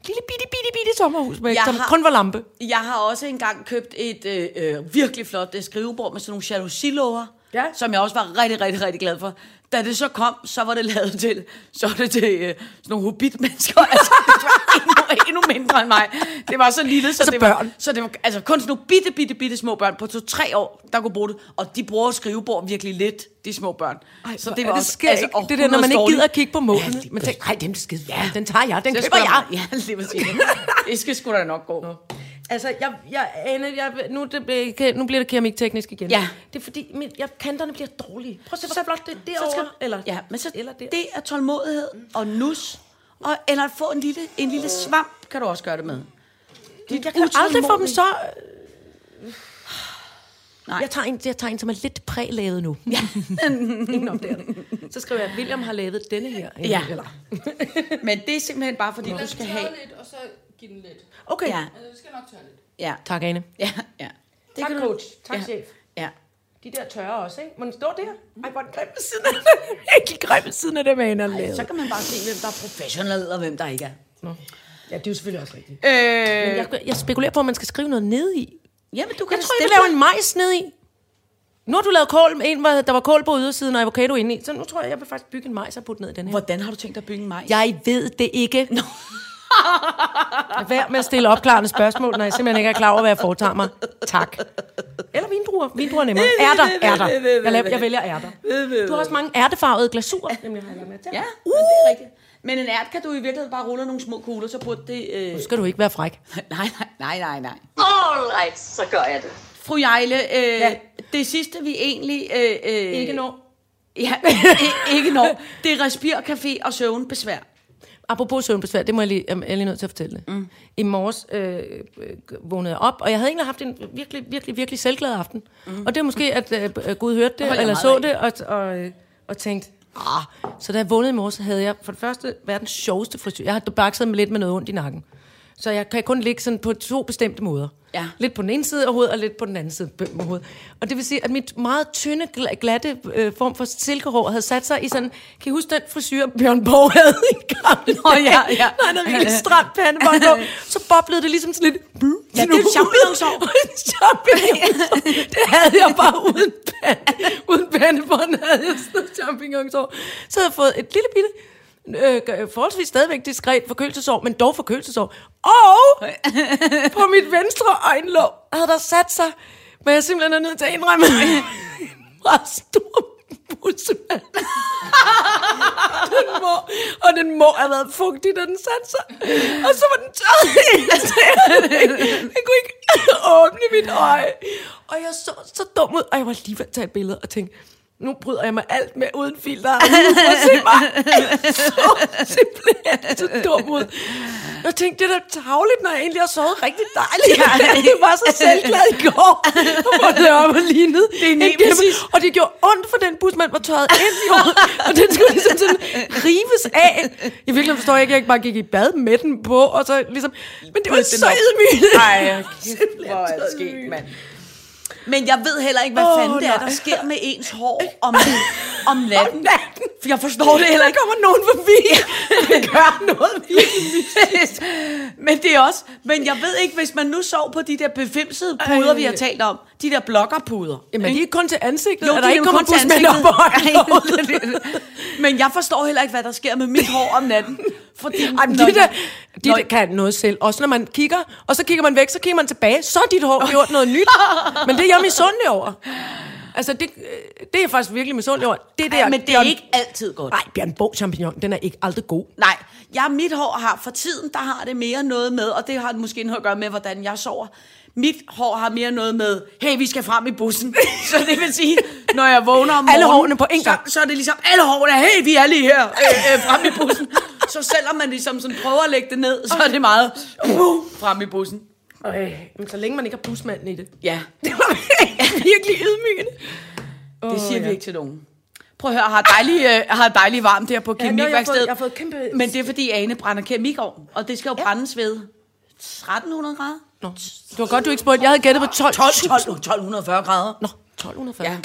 [SPEAKER 3] Lille bitte, bitte, bitte sommerhus, med,
[SPEAKER 4] Jeg
[SPEAKER 3] som
[SPEAKER 4] har-
[SPEAKER 3] kun var lampe.
[SPEAKER 4] Jeg har også engang købt et øh, øh, virkelig flot øh, skrivebord med sådan nogle jalousilåger,
[SPEAKER 3] Ja.
[SPEAKER 4] som jeg også var rigtig, rigtig, rigtig glad for. Da det så kom, så var det lavet til, så var det til øh, sådan nogle hobbit-mennesker. Altså, det var endnu, endnu mindre end mig. Det var så lille, så,
[SPEAKER 3] Altså
[SPEAKER 4] det var,
[SPEAKER 3] børn.
[SPEAKER 4] så det var altså, kun sådan nogle bitte, bitte, bitte små børn på to-tre år, der kunne bruge det. Og de bruger skrivebord virkelig lidt, de små børn. Ej, så
[SPEAKER 3] det, var det sker altså, ikke. Det er der, når man ikke gider at kigge på målene. Ja, man tænker, nej, den skide, ja, den tager jeg, den
[SPEAKER 4] det
[SPEAKER 3] køber jeg.
[SPEAKER 4] Ja, lige præcis. Det skal sgu da nok gå. Nå.
[SPEAKER 3] Altså, jeg, jeg, Anne, jeg, nu, det, bliver- nu bliver det keramikteknisk igen.
[SPEAKER 4] Ja.
[SPEAKER 3] Det er fordi, min, jeg, kanterne bliver dårlige. Prøv at se,
[SPEAKER 4] Så-
[SPEAKER 3] hvor flot det er
[SPEAKER 4] så
[SPEAKER 3] derovre.
[SPEAKER 4] skal-
[SPEAKER 3] eller,
[SPEAKER 4] Ja, men så,
[SPEAKER 3] eller der.
[SPEAKER 4] det er tålmodighed og nus, og, eller at få en lille, en lille svamp, kan du også gøre det med.
[SPEAKER 3] jeg kan aldrig få dem så...
[SPEAKER 4] Nej.
[SPEAKER 3] Nej. Jeg, tager en, jeg tager en, som er lidt prælavet nu. Ja. Ingen opdager det. Så skriver jeg, William har lavet denne her.
[SPEAKER 4] Ja.
[SPEAKER 3] Eller,
[SPEAKER 4] Men det er simpelthen bare, fordi du skal have...
[SPEAKER 5] lidt, og så give den lidt.
[SPEAKER 3] okay.
[SPEAKER 4] Ja,
[SPEAKER 3] Ja.
[SPEAKER 5] Altså, det skal nok tørre lidt.
[SPEAKER 4] ja,
[SPEAKER 3] Tak, Anne.
[SPEAKER 4] ja, ja. Det
[SPEAKER 3] Tak,
[SPEAKER 4] kan
[SPEAKER 3] coach. Tak,
[SPEAKER 4] ja.
[SPEAKER 3] chef.
[SPEAKER 4] Ja.
[SPEAKER 3] De der tørre også, ikke? Må den stå der? Mm-hmm. Ej, hvor er den grim ved siden af den. Ikke grim ved siden af dem, Anne har lavet.
[SPEAKER 4] Så kan man bare se, hvem der er professionel, og hvem der ikke er.
[SPEAKER 3] Ja, det er jo selvfølgelig også rigtigt.
[SPEAKER 4] Øh,
[SPEAKER 3] Jeg, jeg spekulerer på, om man skal skrive noget ned i.
[SPEAKER 4] jamen, du
[SPEAKER 3] Jeg tror,
[SPEAKER 4] kan da
[SPEAKER 3] jeg
[SPEAKER 4] stille
[SPEAKER 3] vil lave en majs ned i. Nu har du lavet kål, en, hvor der var kål på ydersiden og avocado indeni, så nu tror jeg, jeg vil faktisk bygge en majs og putte ned i den her.
[SPEAKER 4] Hvordan har du tænkt dig at bygge en majs?
[SPEAKER 3] Jeg ved det ikke. Nå. Lad være med at stille opklarende spørgsmål, når jeg simpelthen ikke er klar over, hvad jeg foretager mig. Tak. Eller vinduer. Vinduer er nemmere. Ærter, ærter. Jeg, laver, jeg vælger ærter. Du har også mange ærtefarvede glasurer. Nemlig har jeg med til.
[SPEAKER 4] Ja, uh! men det er rigtigt. Men en ært kan du i virkeligheden bare rulle nogle små kugler, så burde det... Øh...
[SPEAKER 3] Nu skal du ikke være fræk.
[SPEAKER 4] Nej, nej, nej, nej, nej.
[SPEAKER 2] Alright, så gør jeg det.
[SPEAKER 4] Fru Jejle, øh, ja. det sidste vi egentlig... Øh, øh,
[SPEAKER 3] Ikke når.
[SPEAKER 4] Ja, i- ikke når. Det er respir, café og søvnbesvær.
[SPEAKER 3] Apropos søvnbesvær, det må jeg lige, jeg er lige nødt til at fortælle det. Mm. I morges øh, øh, vågnede jeg op, og jeg havde egentlig haft en virkelig, virkelig, virkelig selvglad aften. Mm. Og det er måske, at øh, øh, Gud hørte det,
[SPEAKER 4] jeg
[SPEAKER 3] eller
[SPEAKER 4] meget
[SPEAKER 3] så
[SPEAKER 4] af.
[SPEAKER 3] det, og, og, øh, og tænkte, ah. Så da jeg vågnede i morges, havde jeg for det første verdens sjoveste frisyr. Jeg har bakset med lidt med noget ondt i nakken. Så jeg kan kun ligge sådan på to bestemte måder.
[SPEAKER 4] Ja.
[SPEAKER 3] Lidt på den ene side af hovedet, og lidt på den anden side af hovedet. Og det vil sige, at mit meget tynde, gla- glatte øh, form for silkehår havde sat sig i sådan... Kan I huske den frisyr, Bjørn Borg havde i gamle
[SPEAKER 4] Nå, ja, ja.
[SPEAKER 3] dage? Når han havde virkelig stramt pandebånd på, så boblede det ligesom sådan lidt...
[SPEAKER 4] Ja, det er et champignonsår.
[SPEAKER 3] champignonsår. Det havde jeg bare uden, pande, uden pandebånd, havde jeg sådan noget champignonsår. Så havde jeg fået et lille bitte, øh, øh, forholdsvis stadigvæk diskret forkølelsesår, men dog forkølelsesår. Og på mit venstre øjenlåg havde der sat sig, hvad jeg simpelthen er nødt til at indrømme, en meget stor bussemand. den må, og den må have været fugtig, da den satte sig. Og så var den tørret i. Altså, jeg- Jeg kunne ikke åbne mit øje. Og jeg så så dum ud, og jeg var lige ved at tage et billede og tænkte, nu bryder jeg mig alt med uden filter. Prøv at se mig. Jeg så simpelthen så dum ud. Jeg tænkte, det er da tavligt, når jeg egentlig har sovet rigtig dejligt. Jeg var så selvglad i går. Og det op og lignede. Det
[SPEAKER 4] nemlig præcis.
[SPEAKER 3] og det gjorde ondt for den busmand, var tørret ind i hovedet, og den skulle ligesom sådan rives af. I virkeligheden forstår jeg ikke, at jeg ikke bare gik i bad med den på, og så ligesom... Men det var
[SPEAKER 4] Putte den
[SPEAKER 3] så
[SPEAKER 4] op.
[SPEAKER 3] ydmygende.
[SPEAKER 4] Ej, kæft, hvor er det sket, mand. Men jeg ved heller ikke, hvad
[SPEAKER 3] Åh,
[SPEAKER 4] oh, fanden det er,
[SPEAKER 3] nej.
[SPEAKER 4] der sker med ens hår om, om natten.
[SPEAKER 3] natten.
[SPEAKER 4] For jeg forstår det heller
[SPEAKER 3] Der
[SPEAKER 4] ikke.
[SPEAKER 3] kommer nogen forbi, og gør noget.
[SPEAKER 4] men det er også... Men jeg ved ikke, hvis man nu sov på de der befimsede puder,
[SPEAKER 3] Ej.
[SPEAKER 4] vi har talt om. De der blokkerpuder.
[SPEAKER 3] Jamen, det er kun til ansigtet,
[SPEAKER 4] Jo,
[SPEAKER 3] og
[SPEAKER 4] de
[SPEAKER 3] der
[SPEAKER 4] er
[SPEAKER 3] ikke
[SPEAKER 4] jo
[SPEAKER 3] kommer
[SPEAKER 4] kun til
[SPEAKER 3] busmænd op
[SPEAKER 4] ansigtet.
[SPEAKER 3] på øjenlåget.
[SPEAKER 4] Men jeg forstår heller ikke, hvad der sker med mit hår om natten. Fordi
[SPEAKER 3] Ej, men
[SPEAKER 4] når-
[SPEAKER 3] det der, det
[SPEAKER 4] når-
[SPEAKER 3] der kan noget selv. Også når man kigger, og så kigger man væk, så kigger man tilbage, så er dit hår gjort noget nyt. Men det er jeg misundelig over. Altså, det, øh, det er jeg faktisk virkelig misundelig over. Det der,
[SPEAKER 4] Ej, men det er
[SPEAKER 3] Bjørn-
[SPEAKER 4] ikke altid godt.
[SPEAKER 3] Nej, Bjørn Borg champignon, den er ikke aldrig god.
[SPEAKER 4] Nej, ja, mit hår har for tiden, der har det mere noget med, og det har det måske noget at gøre med, hvordan jeg sover. Mit hår har mere noget med, hey, vi skal frem i bussen. Så det vil sige, når jeg vågner om morgenen...
[SPEAKER 3] Alle hårene på én gang.
[SPEAKER 4] Så, så er det ligesom, alle hårene, hey, vi er lige her øh, øh, frem i bussen. Så selvom man ligesom sådan prøver at lægge det ned, så er det meget uh, frem i bussen.
[SPEAKER 3] Øh, men så længe man ikke har busmanden i det.
[SPEAKER 4] Ja,
[SPEAKER 3] Det var virkelig ydmygende.
[SPEAKER 4] det siger vi ikke til nogen. Prøv at høre, har dejlig, øh, har dejlig varmt der på
[SPEAKER 3] Ja, nå, jeg har fået,
[SPEAKER 4] kemikværkstedet.
[SPEAKER 3] jeg har fået kæmpe...
[SPEAKER 4] Men det er fordi Ane brænder keramikovn, og det skal jo ja. brændes ved 1300 grader.
[SPEAKER 3] Nå, det var godt, du ikke spurgte. Jeg havde gættet på 12.
[SPEAKER 4] 12, 12, 1240 grader.
[SPEAKER 3] Nå, 1240.
[SPEAKER 4] Ja.
[SPEAKER 3] Ja.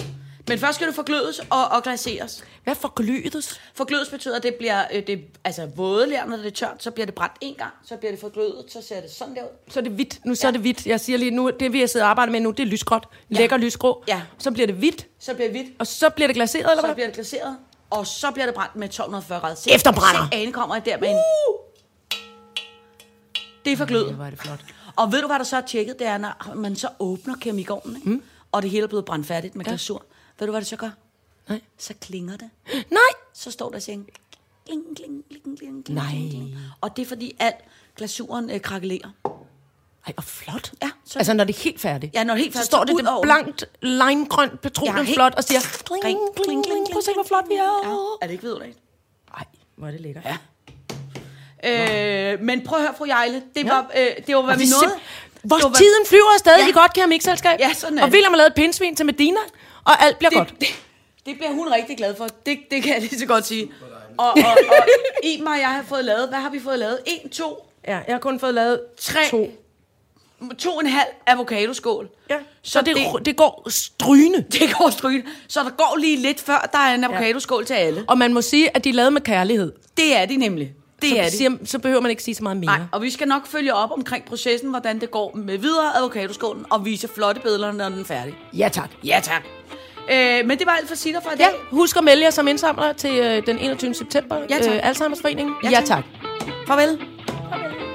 [SPEAKER 4] Men først skal det forglødes og, og glaseres.
[SPEAKER 3] Hvad for glødes?
[SPEAKER 4] Forglødes betyder, at det bliver øh, det, altså vådelær, når det er tørt, så bliver det brændt en gang, så bliver det forglødet, så ser det sådan der ud.
[SPEAKER 3] Så er det hvidt. Nu så er det hvidt. Jeg siger lige nu, det vi har siddet og arbejdet med nu, det er lysgråt. Lækker lysgrå.
[SPEAKER 4] Ja.
[SPEAKER 3] Så bliver det hvidt,
[SPEAKER 4] Så bliver det hvidt,
[SPEAKER 3] og så bliver det glaseret, eller
[SPEAKER 4] så
[SPEAKER 3] hvad?
[SPEAKER 4] bliver det glaseret, og så bliver det brændt med 1240 grader. Se,
[SPEAKER 3] Efterbrænder.
[SPEAKER 4] se, Ane kommer der med en... Det er forglødet.
[SPEAKER 3] Hvor er Uh! det flot.
[SPEAKER 4] Og ved du, hvad der så er tjekket? Det er, når man så åbner keramikovnen, ikke? Mm. og det hele er blevet brændt færdigt med glasur. Ved du, hvad det så gør?
[SPEAKER 3] Nej.
[SPEAKER 4] Så klinger det.
[SPEAKER 3] Nej!
[SPEAKER 4] Så står der sengen. Kling, kling, kling, kling, kling,
[SPEAKER 3] Nej.
[SPEAKER 4] kling, kling. Og det er, fordi al glasuren øh, krakelerer.
[SPEAKER 3] Ej, hvor flot.
[SPEAKER 4] Ja,
[SPEAKER 3] så...
[SPEAKER 4] så-
[SPEAKER 3] Altså, når det er helt færdigt.
[SPEAKER 4] Ja, når det er helt
[SPEAKER 3] Så
[SPEAKER 4] færdigt,
[SPEAKER 3] står
[SPEAKER 4] så
[SPEAKER 3] det,
[SPEAKER 4] ud
[SPEAKER 3] det
[SPEAKER 4] over.
[SPEAKER 3] blankt, limegrønt petroleum
[SPEAKER 4] helt-
[SPEAKER 3] flot, og siger, kling,
[SPEAKER 4] Ring,
[SPEAKER 3] kling, kling, kling, prøv at se, hvor flot vi er.
[SPEAKER 4] Ja. Er det ikke vidunderligt?
[SPEAKER 3] Ej, hvor er det lækkert.
[SPEAKER 4] Ja. Øh, men prøv at høre, fru Jejle. Det var, øh, det var hvad
[SPEAKER 3] Og
[SPEAKER 4] vi
[SPEAKER 3] vi
[SPEAKER 4] nåede.
[SPEAKER 3] simp- Hvor
[SPEAKER 4] Det var-
[SPEAKER 3] tiden flyver stadig ja.
[SPEAKER 4] Ja.
[SPEAKER 3] godt, keramikselskab.
[SPEAKER 4] Ja, sådan er
[SPEAKER 3] Og
[SPEAKER 4] det.
[SPEAKER 3] William har lavet et pindsvin til Medina, og alt bliver det, godt.
[SPEAKER 4] Det, det bliver hun rigtig glad for. Det, det kan jeg lige så godt sige. Og, og, og Iben og jeg har fået lavet, hvad har vi fået lavet? En, to,
[SPEAKER 3] Ja, jeg har kun fået lavet
[SPEAKER 4] Tre.
[SPEAKER 3] to.
[SPEAKER 4] to og en halv avocadoskål.
[SPEAKER 3] Ja. Så,
[SPEAKER 4] Så
[SPEAKER 3] det, det,
[SPEAKER 4] det-
[SPEAKER 3] det går strygende.
[SPEAKER 4] Det går strygen. Så der går lige lidt før, der er en avocadoskål til alle.
[SPEAKER 3] Og man må sige, at de er lavet med kærlighed.
[SPEAKER 4] Det er de nemlig. Det
[SPEAKER 3] så,
[SPEAKER 4] er de.
[SPEAKER 3] Siger, så behøver man ikke sige så meget mere.
[SPEAKER 4] Nej, og vi skal nok følge op omkring processen, hvordan det går med videre avocadoskålen, og vise flotte billeder, når den er færdig.
[SPEAKER 3] Ja, tak.
[SPEAKER 4] Ja, tak. Øh, men det var alt for sitter for i dag.
[SPEAKER 3] Ja, husk at melde jer som indsamler til øh, den 21. september.
[SPEAKER 4] Ja, tak.
[SPEAKER 3] Øh, Alzheimersforeningen.
[SPEAKER 4] Ja, tak.
[SPEAKER 3] tak.
[SPEAKER 4] Farvel.